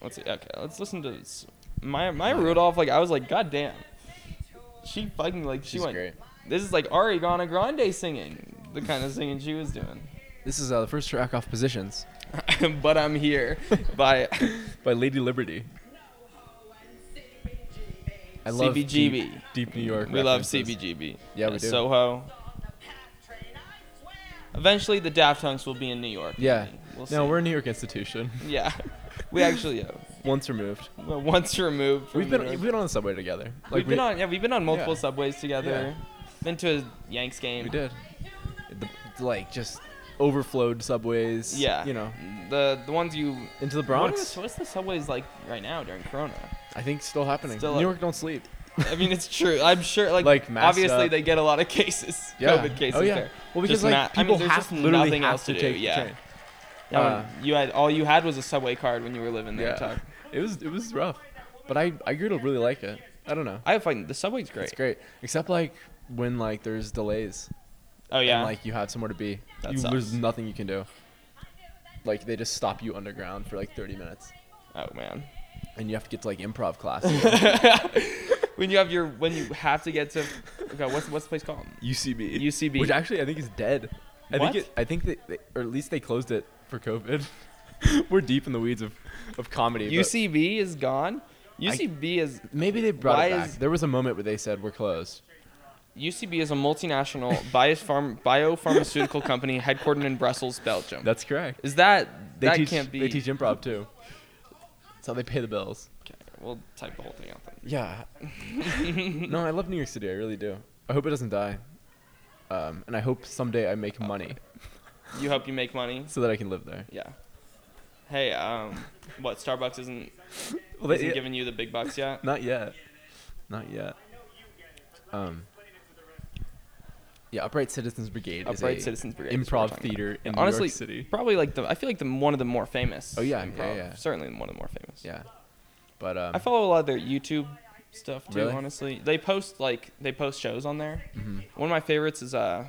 Let's see. Okay, let's listen to this. Maya, Maya Rudolph. Like I was like, God damn, she fucking like she She's went. great. This is like Ariana Grande singing, the kind of singing she was (laughs) doing. this is uh, the first track off Positions but I'm here by by Lady Liberty. I love CBGB. Deep, deep New (laughs) York. we love references. CBGB. Yeah, we do. Soho. Eventually, the Daft Punks will be in New York. Yeah. maybe. We'll see. no, we're a New York institution. (laughs) (laughs) yeah. We actually uh, Once removed, well, once removed. From we've been New York- we've been on the subway together. we've been on yeah we've been on multiple Yeah. subways together. Been to a Yanks game. We did. The, like just overflowed subways. Yeah. You know, the the ones you into the What are Bronx. the- what's the subways like right now during (laughs) Corona? I think still happening. Still, New like- York don't sleep. I mean, it's true. I'm sure, like, Like, masked obviously up. they get a lot of cases, (laughs) Yeah. COVID cases Oh, yeah. there. Well, Just because like not- I mean, people there's have just literally nothing have else to, do. take yeah, the train. Yeah, when Uh, you had all you had was a subway card when you were living there. Yeah. Tuck. It was it was rough, but I I grew to really like it. I don't know. I find the subway's great. It's great, except like when like there's delays Oh yeah, and like you have somewhere to be. That you, sucks. There's nothing you can do. Like they just stop you underground for like 30 minutes, oh man. (laughs) and you have to get to like improv class. (laughs) when you have your when you have to get to okay, what's what's the place called? UCB. UCB. Which actually I think is dead. I What? think it, I think that they, or at least they closed it for COVID. (laughs) We're deep in the weeds of, of comedy. but UCB is gone. UCB is maybe they brought Why it back. is- there was a moment where they said we're closed. UCB is a multinational biopharm, biopharmaceutical company headquartered in Brussels, Belgium. That's correct. is that They that teach, can't be? They teach improv too. That's how they pay the bills. Okay, we'll type the whole thing out then. (laughs) Yeah. no, I love New York City. I really do. I hope it doesn't die. Um, and I hope someday I make money You hope you make money. so that I can live there. Yeah. Hey, um, what Starbucks isn't Well, isn't giving you the big bucks yet? Not yet. Not yet. Um, yeah, Upright Citizens Brigade. is Upright a Citizens Brigade. is what we're Improv talking theater about. in Honestly, New York City. probably like the I feel like the one of the more famous. Oh, yeah, yeah, improv. yeah. Certainly one of the more famous. Yeah. But um, I follow a lot of their YouTube stuff too. Really? Mm-hmm. Honestly, they post like they post shows on there. One of my favorites is uh,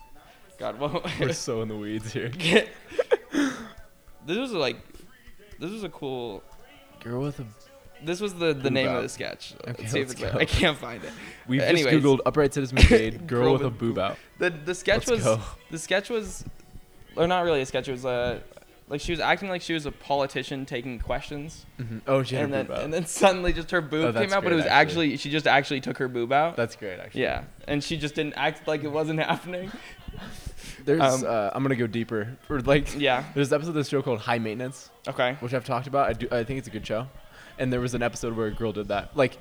(laughs) God, what? we're so in the weeds (laughs) here. this was like, this was a cool. Girl with a. This was the the name of out. the sketch. Okay, Let's see if let's it's- go. I can't find it. We've Anyways, just googled Upright Citizens (laughs) Brigade. Girl, Girl with, with a boob out. the the sketch Let's was go. the sketch was, or not really a sketch. It was uh like she was acting like she was a politician taking questions, Mhm. Oh, she Mm-hmm. and had her then boob out. and then suddenly just her boob Oh, came that's out, but it great, was actually. actually. she just actually took her boob out. That's great, actually. yeah, and she just didn't act like it wasn't (laughs) happening. There's Um, uh, I'm gonna go deeper. Or like Yeah. There's an episode of this show called High Maintenance, Okay. which I've talked about. I do I think it's a good show. And there was an episode where a girl did (laughs) that. Like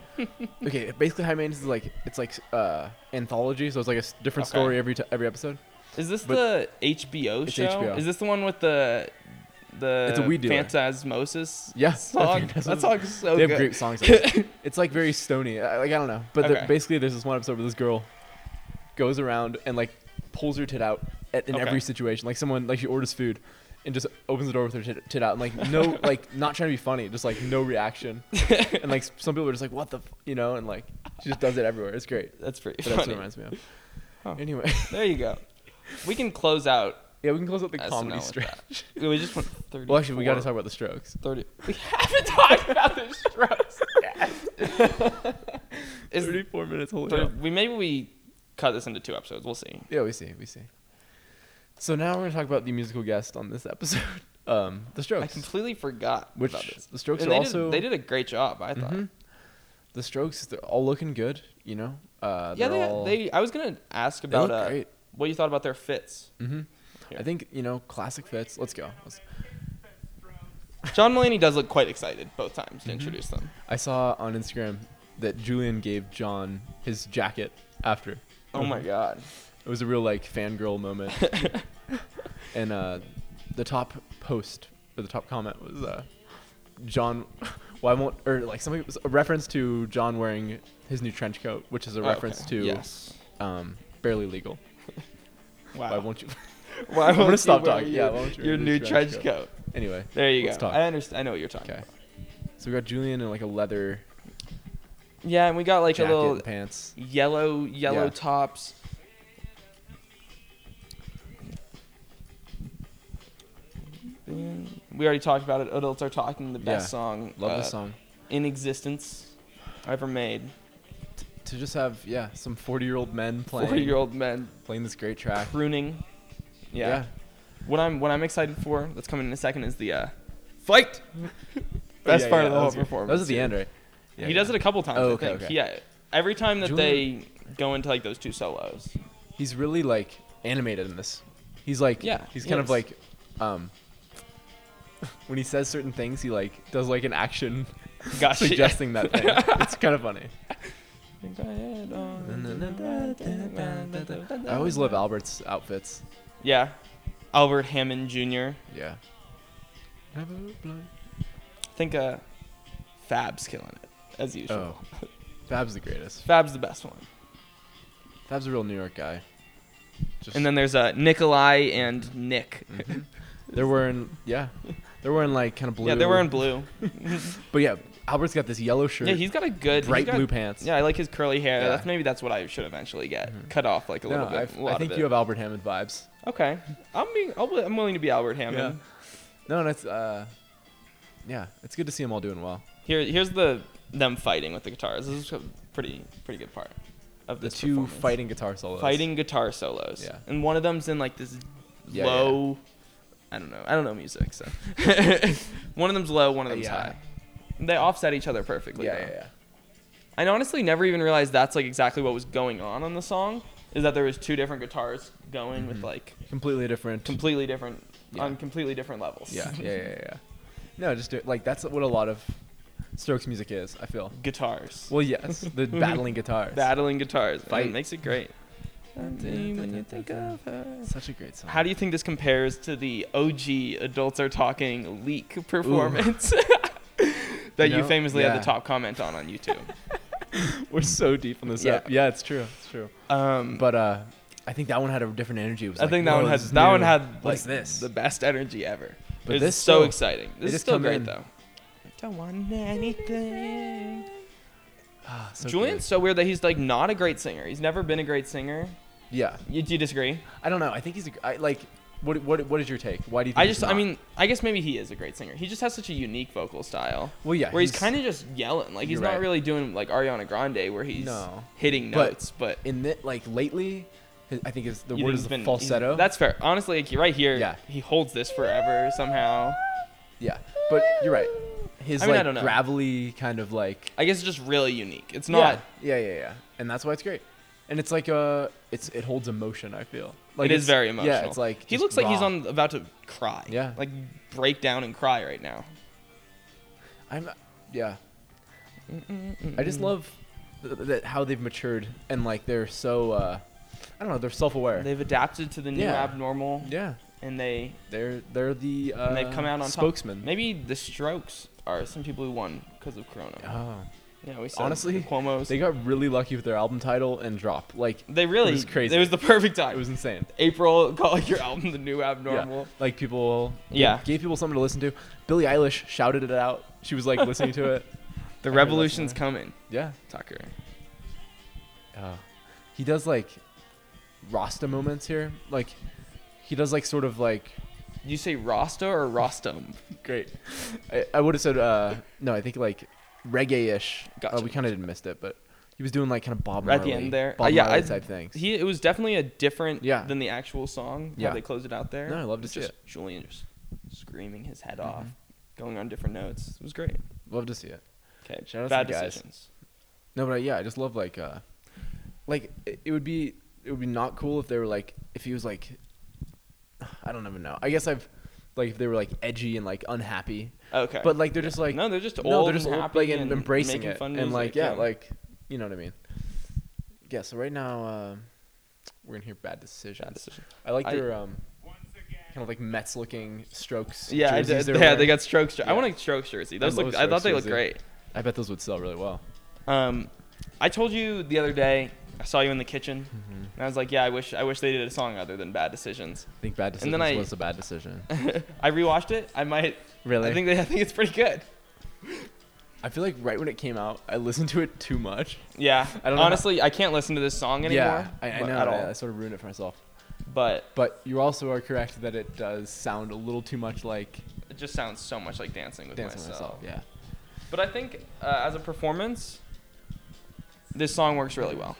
okay, basically High Maintenance is like it's like uh anthology, so it's like a s- different Okay. story every t- every episode. Is this the But- HBO It's show? HBO. Is this the one with the the It's a weed dealer. Phantasmosis Yeah. (laughs) song? that song's so They good. have (laughs) great songs. in it. it's like very stony. I, like I don't know. But there- Okay. basically there's this one episode where this girl goes around and like pulls her tit out at, in Okay. every situation. Like someone like she orders food and just opens the door with her tit, tit out and like (laughs) no like not trying to be funny, just like no reaction. and like some people are just like, "What the," f-? you know, and like she just does it everywhere. It's great. That's pretty But that's what it funny. reminds me of. Huh. Anyway, There you go. We can close out (laughs) Yeah, we can close out the That's comedy not like that. stretch. We just went 30. (laughs) Well, actually, (laughs) we got to talk about the Strokes. 30. We haven't talked about the (laughs) strokes. Is- Thirty-four minutes. Holy Thir- hell. we maybe we cut this into two episodes. We'll see. Yeah, we see, we see. So now we're gonna talk about the musical guest on this (laughs) episode, um, the I Strokes. completely forgot Which about this. the Strokes And are they also- did, they did a great job. I thought. Mhm. The Strokes, they're all looking good. You know. Uh, Yeah, they're they, all- they. I was gonna ask about look uh, great. what you thought about their fits. Mhm. Yeah. I think you know classic fits. Let's go. Let's- Mm-hmm. John Mulaney does look quite excited both times to introduce them. I saw on Instagram that Julian gave John his jacket after. Oh my (laughs) god. It was a real like (laughs) fangirl moment. and uh, the top post or the top comment was uh, John. Why won't or like something it was a reference to John wearing his new trench coat, which is a Oh, reference okay. to Yes. um, barely legal. Wow. Why won't you? (laughs) Why I'm gonna won't you stop wear talking. Your, Yeah, why won't you wear your your new trench trench coat. coat? Anyway, There you let's go. Talk. I understand. I know what you're talking. Okay, about. so we got Julian in like a leather Yeah, and we got like jacket a little and pants. yellow yellow Yeah. tops. We already talked about it. Adults are talking. The best Yeah. song, Love uh, this song. in existence, ever made. To just have yeah some 40 year old men playing Forty-year-old men playing this great track. pruning. Yeah. yeah. What I'm what I'm excited for that's coming in a second is the uh, (laughs) fight. Best Yeah, part yeah, of that the whole was good. performance. That was at the end, right? Yeah, he yeah. does it a couple times. Oh, I okay, think. okay. Yeah. Every time that Julian- they go into like those two (laughs) solos. He's really like animated in this. He's like Yeah, He's he kind is. of like, um. (laughs) When he says certain things, he like does like an action, (laughs) Gotcha. (laughs) suggesting (laughs) that thing. It's kind of funny. Go ahead on. I always love Albert's outfits. Yeah. Albert Hammond Jr. Yeah. I think uh, Fab's killing it as usual. Oh, (laughs) Fab's the greatest. Fab's the best one. Fab's a real New York guy. Just, And then there's uh, Nikolai and Nick. Mm-hmm. they're wearing yeah, they're wearing like kind of (laughs) blue. Yeah, they're wearing blue. But yeah, Albert's got this yellow shirt. Yeah, he's got a good he's Bright got- blue pants. Yeah, I like his curly hair. Yeah. Mm-hmm. That's maybe that's what I should eventually get. Cut off like a no, little bit. I've- a I, lot think of it. you have Albert Hammond vibes. Okay, I'm being I'll, be- I'm willing to be Albert Hammond. No, that's uh, yeah, it's good to see them all doing well. Here here's the them fighting with the guitars. This is a pretty pretty good part of The this two performance. fighting guitar solos. fighting guitar solos. Yeah. And one of them's in like this Yeah, low. I don't know. I don't know music, so (laughs) one of them's low, one of them's Yeah. high. They offset each other perfectly. Yeah, though. yeah, yeah. I honestly never even realized that's like exactly what was going on on the song. Is that there was two different guitars going with like Completely different. completely different Mm-hmm. Yeah. on completely different levels. yeah, yeah, yeah, yeah, yeah. No, just do it. like that's what a lot of Strokes music is. I feel. (laughs) guitars. Well, (laughs) yes, the battling guitars. battling guitars. and Fight. It makes it great. When you think of Such a great song. How do you think this compares to the OG Adults Are Talking leak (laughs) performance that you, You know, famously had yeah. the top comment on on YouTube? We're so deep in this. Yeah. Yeah, yeah, it's true. It's true. Um, (laughs) But uh, I think that one had a different energy. It was I like, think that "Whoa, one had this is that one new. had like What is this? the best energy ever. But But this this is so still- exciting. This is just still come great in. though. I don't want anything. Ah, so Julian's so weird that he's like not a great singer. He's never been a great singer. good. Yeah, You, do you disagree? I don't know. I think he's a, gr- I, like. What, what, what is your take? Why do you think I he's just, I not? mean, I guess maybe he is a great singer. He just has such a unique vocal style. Well, yeah, where he's, he's- kind of just yelling. Like he's You're not right. really doing like Ariana Grande, where he's No. hitting But- notes. But, in that like lately his- i think is the you word think is he's the he's- falsetto That's fair. Honestly, like, right here, Yeah. he holds this forever somehow. yeah but you're right his I mean, I like don't know. gravelly kind of like I guess it's just really unique. It's not. yeah yeah yeah yeah and that's why it's great and it's like uh it's it holds emotion i feel like it is it's- very emotional. yeah it's like he just looks like he's raw. on about to cry. Yeah. like break down and cry right now. i'm yeah i just love th- that how they've matured and like they're so uh i don't know they're self-aware They've adapted to the new Yeah. abnormal, yeah and they they're they're the uh and they've come out on spokesman Top. Maybe the Strokes are some people who won because of Corona. oh Yeah, we said honestly the Cuomo's. they got really lucky with their album title and drop like They really. It was crazy. It was the perfect time. it was insane April (laughs) call your album the new Yeah. abnormal. Like people Yeah. gave people something to listen to. Billie Eilish shouted it out. She was like listening to (laughs) it. The Every revolution's listener. coming, Yeah. Uh, Tucker. Oh. He does like Rasta moments here. Like He does like sort of like You say Rasta or Rostum? great. I, I would have said uh no. I think like reggae-ish. Uh, Gotcha. we kind of missed it, but he was doing like kind of Bob Right Marley, at the end there. Bob Uh, yeah, Marley I, type things. He it was definitely a different Yeah. than the actual song. Yeah. How they closed it out there. No, I love to see just it. Mm-hmm. Julian just screaming his head off, going on different notes. It was great. Love to see it. Okay, Shout out to bad the guys. decisions. No, but I, yeah, I just love like, uh, like it, it would be it would be not cool if they were like if he was like, (sighs) I don't even know. I guess I've like if they were like edgy and like unhappy. Okay. But like they're just like No, they're just no, old they're just and old, happy like, and embracing making it fun and music, like yeah, yeah. like you know what I mean. Yeah. So right now uh, we're gonna hear bad decisions. decision. I like I- their um Once again, kind of like Mets looking strokes. Yeah, I did. jerseys they're Yeah, they wearing. got strokes. jer- Yeah. I want a strokes jersey. Those love look. I Strokes thought they looked jersey. great. I bet those would sell really well. Um, I told you the other day. I saw you in the kitchen, Mm-hmm. and I was like, "Yeah, I wish I wish they did a song other than Bad Decisions." (laughs) I think bad And decisions then I- was a bad decision. I rewatched it. I might. Really? I think they, I think it's pretty good. I feel like right when it came out, I listened to it too much. Yeah. I don't know Honestly, I can't listen to this song anymore. Yeah, I, I but- know. At all. I, I sort of ruined it for myself. But But you also are correct that it does sound a little too much like it just sounds so much like dancing with dancing myself. myself. Yeah. But I think uh, as a performance, this song works really well.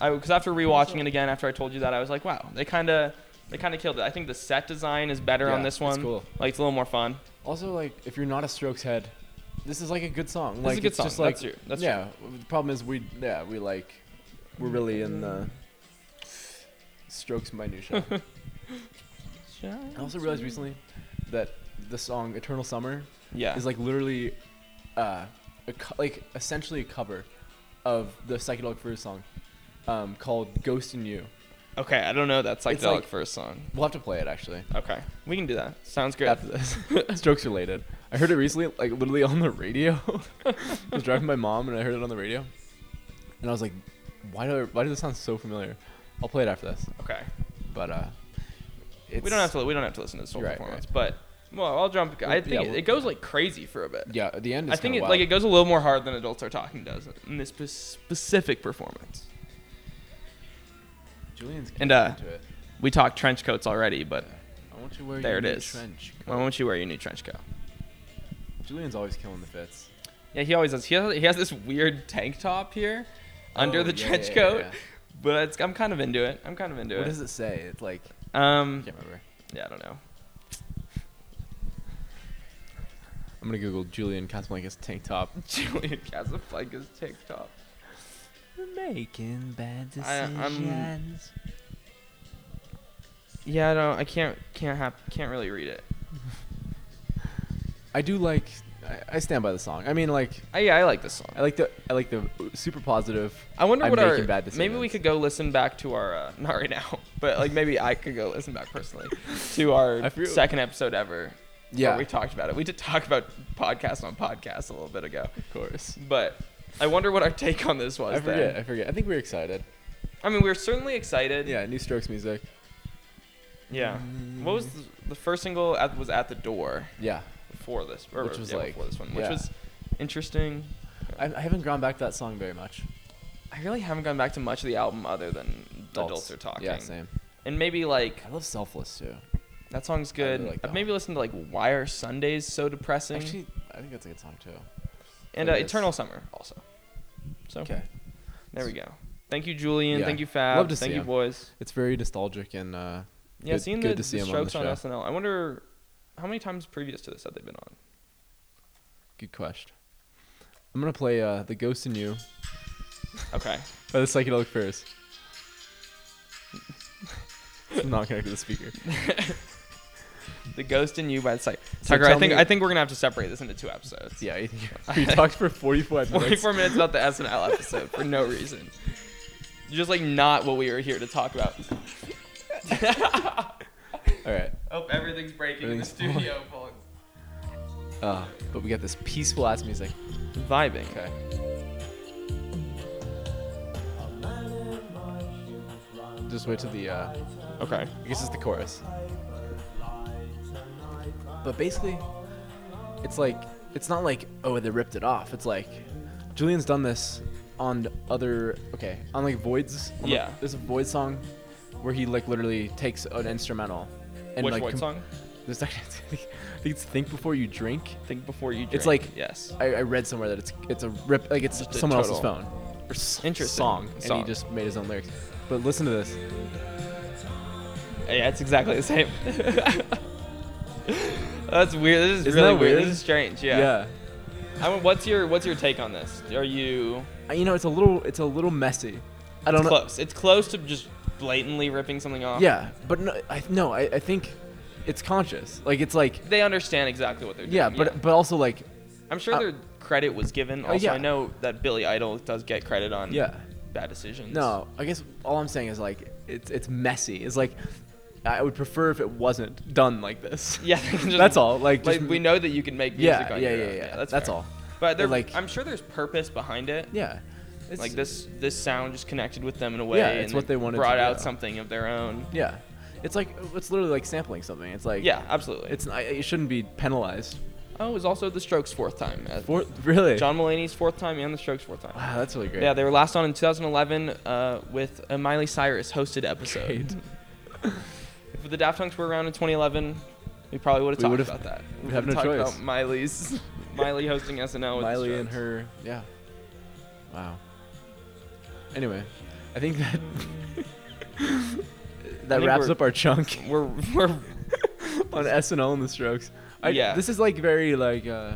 I because after rewatching it again, after I told you that, I was like, wow, they kind of they kind of killed it. I think the set design is better Yeah, on this it's one. cool. Like it's a little more fun. Also, like if you're not a Strokes head, this is like a good song. is a like good it's just song. like That's true. That's yeah. The problem is we yeah we like we're really in the (laughs) Strokes minutia. I also realized recently that the song "Eternal Summer" Yeah. is like literally uh, a co- like essentially a cover of the psychedelic furs song um, called "Ghost in You." okay, I don't know that psychedelic like- first song. We'll have to play it actually Okay, we can do that. Sounds good. after this. Strokes related. I heard it recently, like literally on the radio. (laughs) I was driving my mom and I heard it on the radio, and I was like, "Why do I, why does this sound so familiar?" I'll play it after this, (laughs) Okay, but uh, it's, we don't have to we don't have to listen to this whole You're right, you're performance, but well, I'll jump. I think yeah, it, we'll- it goes like crazy for a bit. Yeah, at the end. I Is think it, kinda like wild. it goes a little more hard than adults are talking does in this spe- specific performance. Julian's and, getting uh, into it. We talked trench coats already, but I want you to wear there your it new is. trench. Why won't you wear your new trench coat? Julian's always killing the fits. Yeah, he always does. He has, he has this weird tank top here under Oh, the yeah, trench yeah, coat, yeah. but it's, I'm kind of into it. I'm kind of into What it. does it say? It's like I Um, can't remember. yeah, I don't know. I'm gonna Google Julian Casablancas tank top. (laughs) Julian Casablancas tank top. Making bad I- I'm- Yeah, I don't. I can't can't have can't really read it. I do like. I, I stand by the song. I mean, like, I, yeah, I like this song. I like the I like the super positive. I wonder I'm what our making bad maybe we decisions. could go listen back to our uh, (laughs) not right now, but like maybe I could go listen back (laughs) personally to I our feel- second episode ever. Yeah, where we talked about it. We did talk about podcast on podcast a little bit ago, of course. but I wonder what our take on this was. I forget. I Then. forget. I think we we're excited. I mean, we were certainly excited. Yeah, new Strokes music. Yeah. What was the, the first single? At, was at the door Yeah, before this, or, Which was yeah, like- before this one, which yeah. was interesting. I, I haven't gone back to that song very much. I really haven't gone back to much of the album other than the adults are talking. Yeah, same. And maybe like I love Selfless too. That song's good. really like that I've maybe listened to like Why Are Sundays So Depressing? Actually, I think that's a good song too. and uh, it is. Eternal Summer also. So Okay, there we go. Thank you, Julian. Yeah. Thank you, Fab. Love to Thank see you, him. boys. it's very nostalgic and uh, Yeah, good, seeing good the, to see the him on the strokes show. on, SNL. I wonder how many times previous to this have they been on? Good question. I'm gonna play uh, "The Ghost in You" Okay. by the Psychedelic Furs. (laughs) I'm not connected to (laughs) the speaker. the Ghost in You by the Psych. So Tucker, I tell think me- I think we're gonna have to separate this into two episodes. (laughs) Yeah, I think we talked for 45 minutes. 44 minutes about the SNL episode for no reason. Just like not what we were here to talk about. All right. Oh, everything's breaking Everything's in the studio, folks. Uh, but we got this peaceful ass music. Vibing. Okay. Just wait till the. Uh, Okay. I guess it's the chorus. But basically, it's like it's not like oh they ripped it off. It's like Julian's done this on other okay on like Void's. on the- Yeah. there's a Void song where he like literally takes an instrumental and Which like white com- song? There's actually, (laughs) I think it's "Think Before You Drink." Think before you. Drink. It's like- yes. I, I read somewhere that it's it's a rip like it's Just a someone else's total- phone or s- Interesting. song, and Song. he just made his own lyrics. But listen to this. Yeah, it's exactly the same. (laughs) That's weird. This is Isn't really that weird. This weird? is strange. Yeah. I mean, what's your what's your take on this? Are you I- you know it's a little it's a little messy. I don't know. close? It's close to just blatantly ripping something off. Yeah, but no, I no, I, I think it's conscious. Like it's like They understand exactly what they're doing. yeah, but but also like I'm sure uh, their credit was given. uh, Also, yeah. I know that Billy Idol does get credit on yeah. bad decisions. No, I guess all I'm saying is like it's it's messy. It's like I would prefer if it wasn't done like this. (laughs) Yeah, (laughs) just- (laughs) that's all. Like, Like just- we know that you can make music Yeah, on yeah, your yeah, own. yeah. that's That's fair. all. But there, like- I'm sure there's purpose behind it. Yeah, it's, like this, this sound just connected with them in a way. Yeah, it's and what they wanted to Brought out do. something of their own. Yeah, it's like it's literally like sampling something. It's like Yeah, absolutely. it's I- it shouldn't be penalized. oh, it was also the Strokes' fourth time. Uh, For (laughs) really, John Mulaney's fourth time and the Strokes' fourth time. wow, that's really great. Yeah, they were last on in 2011 uh, with a Miley Cyrus hosted (laughs) episode. if the Daft Punks were around in 2011, we probably would have We talked would've- about that. we'd have would've no talked choice. About Miley's (laughs) Miley hosting SNL. With the Miley and Strokes. her. Yeah. Wow. Anyway, I (laughs) think that that think wraps we're- up our chunk (laughs) We're we're on SNL and the Strokes. I, Yeah. This is like very like uh,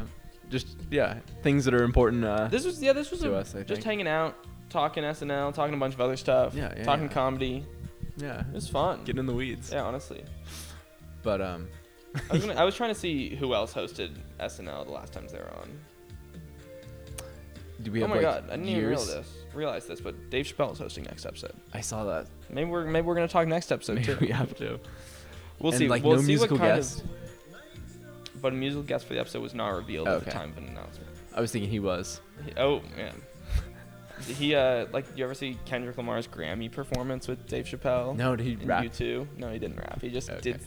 just yeah things that are important. Uh, this was yeah this was To a, us, I just think. hanging out, talking SNL, talking a bunch of other stuff. Yeah, yeah, Talking yeah. comedy. yeah, It was fun. getting in the weeds. yeah, honestly. But um, I (laughs) was, gonna, I was trying to see who else hosted SNL the last times they were on. do we oh have my like god, I didn't years? even realize this. Realize this, but Dave Chappelle is hosting next episode. I saw that. Maybe we're maybe we're gonna talk next episode Maybe too. we have to. (laughs) We'll and see. like we'll no see musical what kind guest. of. But a musical guest for the episode was not revealed at the Okay. time of an announcement. I was thinking he was. He- oh man. (laughs) he uh like you ever see Kendrick Lamar's Grammy performance with Dave Chappelle? No, did he Oh. in rap? U2? No, he didn't rap. He just Okay. did.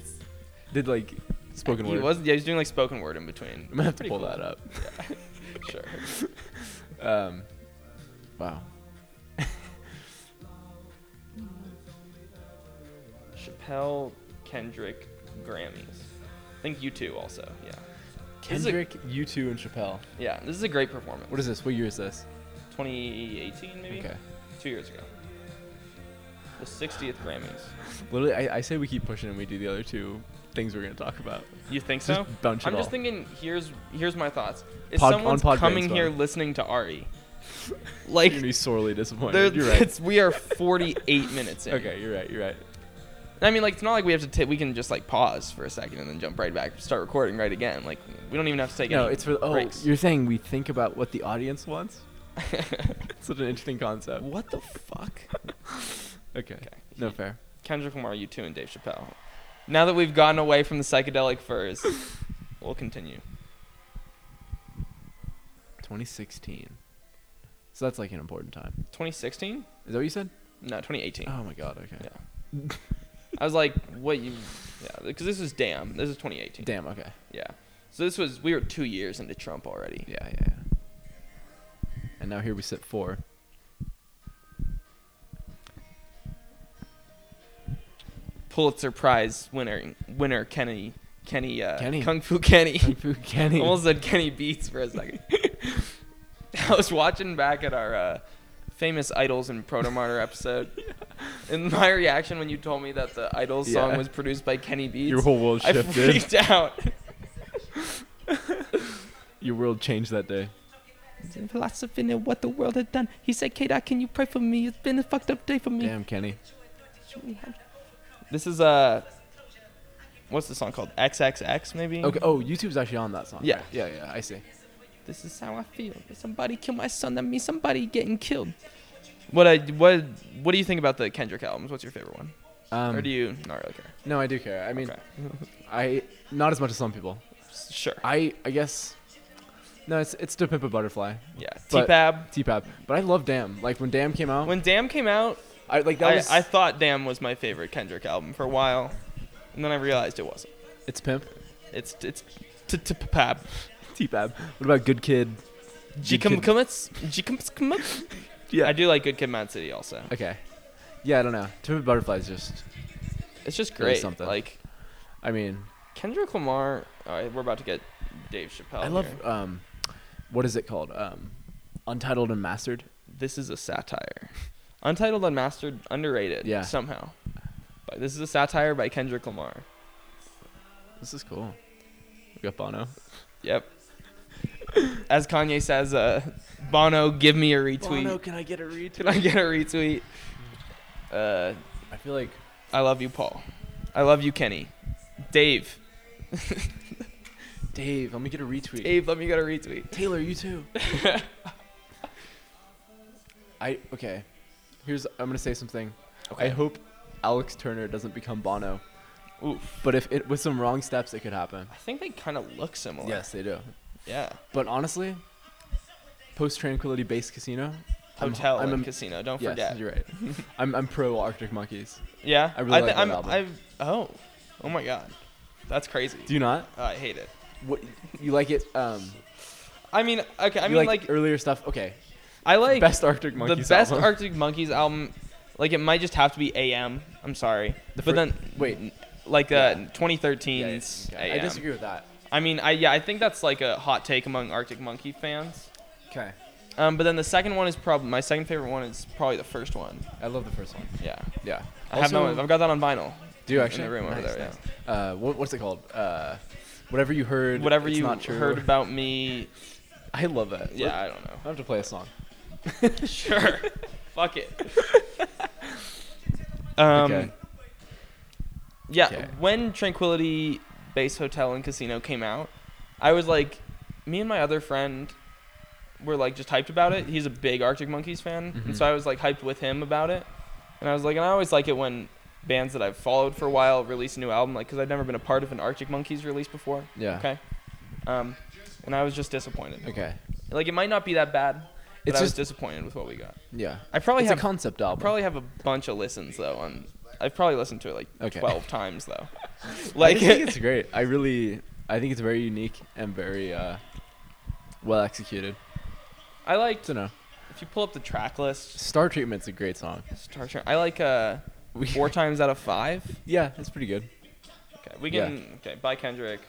Did like spoken He word. was yeah. He's doing like spoken word in between. (laughs) I'm gonna have to Pretty pull cool. that up. (laughs) Sure. Um, wow. Chappelle, Kendrick, Grammys. I think U2 also. Yeah. This is a- Kendrick, you two, and Chappelle. yeah. This is a great performance. What is this? What year is this? 2018 maybe? Okay. Two years ago. The 60th Grammys. Literally, I, I say we keep pushing and we do the other two things we're gonna talk about. You think so? Just bunch it I'm just all. thinking. Here's here's my thoughts. If Pod- on someone's Podbean's coming here fine. listening to (laughs) Ari, You're like gonna be sorely there- disappointed. You're (laughs) right. it's, we are 48 minutes in. Okay, you're right. You're right. I mean, like it's not like we have to. T- we can just like pause for a second and then jump right back, start recording right again. Like we don't even have to take. No, any it's for. Oh, breaks. you're saying we think about what the audience wants. Such an interesting concept. what the fuck? Okay. Okay. No fair. (laughs) Kendrick Lamar, you two, and Dave Chappelle. Now that we've gotten away from the psychedelic furs, we'll continue. 2016. So that's like an important time. 2016? Is that what you said? No, 2018. Oh my god. Okay. Yeah. I was like, what you? Yeah, because this is damn. This is 2018. Damn. Okay. Yeah. So this was we were two years into Trump already. Yeah. Yeah. Yeah. And now here we (laughs) sit four. Pulitzer Prize winner winner Kenny Kenny uh, Kenny. Kung Fu Kenny. Kung (laughs) Fu Kenny. (laughs) Almost said Kenny Beats for a second. (laughs) I was watching back at our uh, famous Idols and Proto Martyr episode. (laughs) And my reaction when you told me that the Idols Yeah. song was produced by Kenny Beats, Your whole world I shifted. freaked (laughs) out. Your world changed that day. Philosophy and what the world had done. He said, "K. Dot, can you pray for me? It's been a fucked up day for me." Damn, Kenny. This is uh, what's the song called? XXX maybe. Okay. Oh, YouTube's actually on that song. Yeah. right? Yeah. Yeah. I see. This is how I feel. If somebody kill my son, that means somebody getting killed. What I what what do you think about the Kendrick albums? What's your favorite one? Um, or do you not really care? No, I do care. I mean, Okay. I not as much as some people. Sure. I I guess. No, it's it's to pimp a butterfly. yeah. but- T-Pab. T-Pap. But I love Damn. Like when Damn came out, When Damn came out, I like that I, was I thought Damn was my favorite Kendrick album for a while, and then I realized it wasn't. it's pimp. (laughs) It's it's T-Pab. T-Pab. What about Good Kid? Good G-cum Kid- commits. G-cum commits. Yeah. I do like Good Kid, Mad City also. Okay. Yeah, I don't know. Timid Butterfly is just. It's just There's great. something. Like I mean, Kendrick Lamar. All right, we're about to get Dave Chappelle. I love. here. Um, what is it called? Um, Untitled and Mastered. this is a satire. Untitled Unmastered underrated Yeah. somehow. But this is a satire by Kendrick Lamar. This is cool. We got Bono. Yep. (laughs) As Kanye says, uh, Bono, give me a retweet. can I get a (laughs) read? Can I get a retweet? Uh, I feel like I love you, Paul. I love you, Kenny. Dave. (laughs) Dave. Let me get a retweet. Dave, let me get a retweet. Taylor, you (laughs) too. (laughs) I okay. Here's I'm gonna say something. I hope Alex Turner doesn't become Bono, Oof. but if it with some wrong steps, it could happen. I think they kind of look similar. Yes, they do. Yeah. But honestly, post Tranquility Base Casino, I'm- Hotel I'm, and am- casino. Don't yes, forget. you're right. (laughs) I'm I'm pro Arctic Monkeys. Yeah. I really like thi- that I'm, album. I've, oh. Oh my God. That's crazy. Do you not? Oh, I hate it. What you like it? Um, I mean, okay. I you mean, like, earlier stuff. Okay, I like best Arctic the Monkeys. best album. Arctic Monkeys album. Like, it might just have to be AM. I'm sorry, The but fir- then wait. like Yeah. uh, 2013's Yeah, yeah, okay. I AM. disagree with that. I mean, I yeah, I think that's like a hot take among Arctic Monkey fans. Okay, Um, but then the second one is probably my second favorite one is probably the first one. I love the first one. Yeah, Yeah, I have that one. I've got that on vinyl. Do you actually? in the room over Nice, there. nice. Uh, what, what's it called? Uh, whatever you Yeah. heard. Whatever it's you not true. heard about me, (laughs) I love that. yeah, Let- I don't know. I have to play a song. (laughs) Sure, fuck it. um, Okay. Yeah, Okay. when Tranquility Base Hotel and Casino came out, I was like, me and my other friend were like just hyped about it. He's a big Arctic Monkeys fan, Mm-hmm. and so I was like hyped with him about it. And I was like, and I always like it when bands that I've followed for a while release a new album, like because I'd never been a part of an Arctic Monkeys release before. Yeah. Okay. Um, and I was just disappointed. Okay. Like it might not be that bad, but It's I was just- disappointed with what we got. Yeah. I probably it's have a concept album. probably have a bunch of listens though. On I've probably listened to it like Okay. twelve times though. (laughs) I (laughs) Like just think it's great. I really, I think it's very unique and very uh, well executed. I like So no, if you pull up the track list, Star Treatment's a great song. Star Trek. I like uh, We- four times out of five. Yeah, it's pretty good. Okay, we Yeah. can. Okay, bye Kendrick.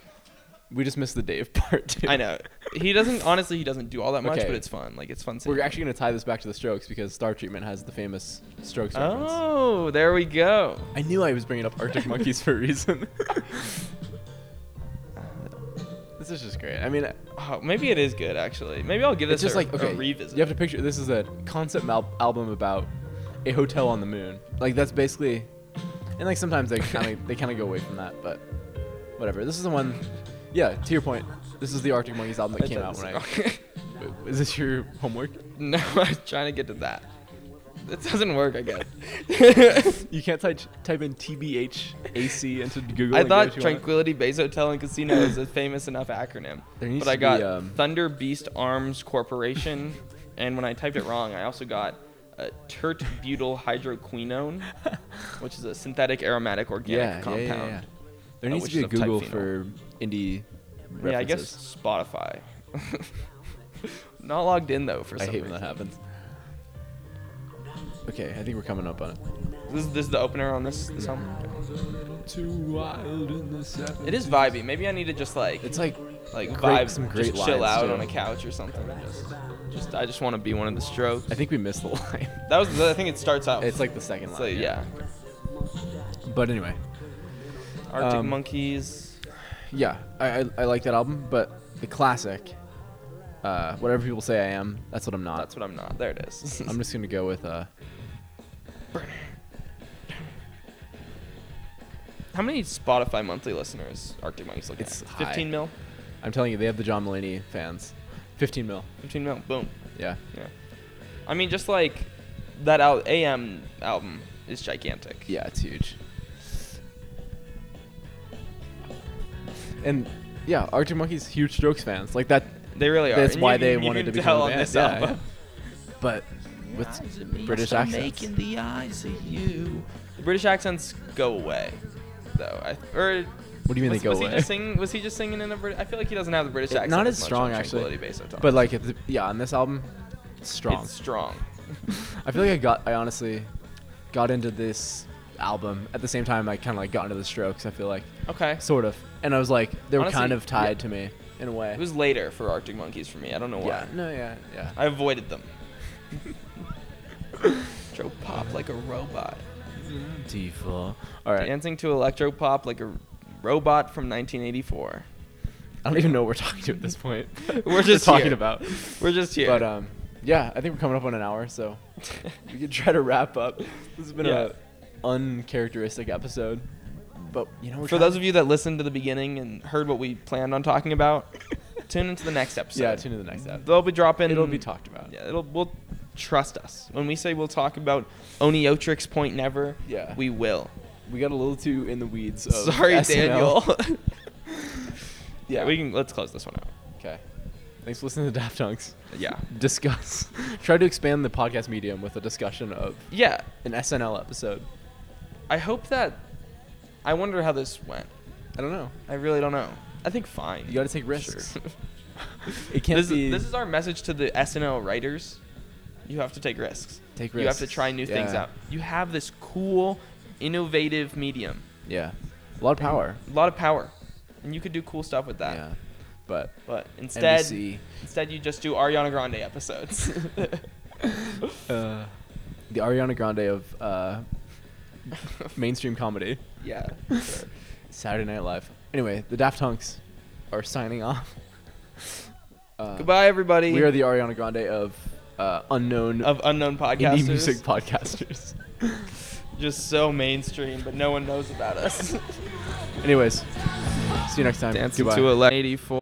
We just missed the Dave (laughs) part. Too. I know he doesn't. Honestly, he doesn't do all that much, Okay. but it's fun. Like it's fun. (laughs) We're seeing him. actually gonna tie this back to the Strokes because Star Treatment has the famous Strokes reference. Oh, there we go. I knew I was bringing up Arctic Monkeys for a (laughs) reason. this is just great. I mean, Oh, maybe it is good actually. Maybe I'll give this it's just a, like okay, a revisit. you have to picture this is a concept mal- album about a hotel on the moon. Like that's basically, and like sometimes they (laughs) kind of they kind of go away from that, but whatever. This is the one. Yeah, to your point, this is the Arctic Monkeys album that I came thought out when (laughs) I. this was- Wait, Is this your homework? no, I was trying to get to that. It doesn't work, I (laughs) guess. You can't type type in TBHAC into Google. I and get thought what you want. Tranquility Base Hotel and Casino is a famous enough acronym. There needs But I to be, got um, Thunder Beast Arms Corporation, and when I typed it wrong, I also got uh, tert butyl hydroquinone, which is a synthetic aromatic organic yeah, Oh, yeah, compound. yeah, yeah. There uh, needs which to is of be a type Google phenol. for indie. References. Yeah, I guess Spotify. (laughs) Not logged in though for I some hate when reason. that happens. Okay, I think we're coming up on it. This, this is the opener on this, this album. It is vibey. Maybe I need to just like It's like like great- vibe, some great just chill lines, out too. on a couch or something. and Just, just I just want to be one of the strokes. I think we missed the (laughs) line. That was the, I think it starts out. It's like the second line. It's like, yeah. But anyway, Arctic Um, Monkeys. yeah, I, I I like that album, but the classic, uh, whatever people say I am, that's what I'm not. That's what I'm not. There it is. (laughs) I'm just gonna go with uh, How many Spotify monthly listeners Arctic Monkeys looking It's at? high. 15 mil. I'm telling you, they have the John Mulaney fans, 15 mil. 15 mil. Boom. Yeah, Yeah. I mean, just like that al- AM album is gigantic. yeah, it's huge. And yeah, Arctic Monkeys huge Strokes fans like that. They really are. That's And why you- they you wanted can to become tell a on band. this Yeah, album. But (laughs) with British accents. Making the eyes of you. The British accents go away, though. I, or What do you mean was, they go was away? He just singing, was he just singing in a British? I feel like he doesn't have the British accent. not as as much strong on actually, Tranquility Base Hotel. but like if the- yeah, on this album, strong. it's strong. I feel like I got I honestly got into this album at the same time I kind of like got into the Strokes. I feel like Okay. sort of, and I was like they were Honestly, kind of tied to me in a way. It was later for Arctic Monkeys for me. I don't know why. yeah, no, yeah, yeah. I avoided (laughs) them. Electro pop like a robot. D4. All right, Dancing to electro pop like a robot from 1984. I don't even know what we're talking to at this point. (laughs) We're just (laughs) talking here. about. We're just here. But um, yeah, I think we're coming up on an hour, so we could try to wrap up. This has been Yeah. a uncharacteristic episode, but you know, we're for trying- those of you that listened to the beginning and heard what we planned on talking (laughs) about, tune into the next episode. yeah, tune in the next episode. They'll be dropping. It'll be talked about. Yeah, it'll. We'll trust us when we say we'll talk about Oniotrix Point Never. Yeah. we will. We got a little too in the weeds. Of Sorry, SNL. Daniel. yeah, (laughs) Yeah. we can. Let's close this one out. Okay. Thanks for listening to Daft Punks. Yeah. Discuss. (laughs) Try to expand the podcast medium with a discussion of Yeah, an SNL episode. I hope that. I wonder how this went. I don't know. I really don't know. I think fine. You got to take risks. (laughs) It can't this, be. is, this is our message to the SNL writers. You have to take risks. Take You have to risks. try new things Yeah. out. You have this cool, innovative medium, yeah. A lot of power. a lot of power, and you could do cool stuff with that. Yeah. But But instead, NBC. instead you just do Ariana Grande (laughs) episodes. (laughs) uh, the Ariana Grande of (laughs) uh, mainstream comedy, yeah. sure. Saturday Night Live. Anyway, the Daft Punks are signing off. Uh, Goodbye, everybody. We are the Ariana Grande of uh, unknown of unknown podcasters. indie music podcasters. Just so mainstream, but no one knows about us. Anyways, see you next time. Dancing Goodbye. to 1184.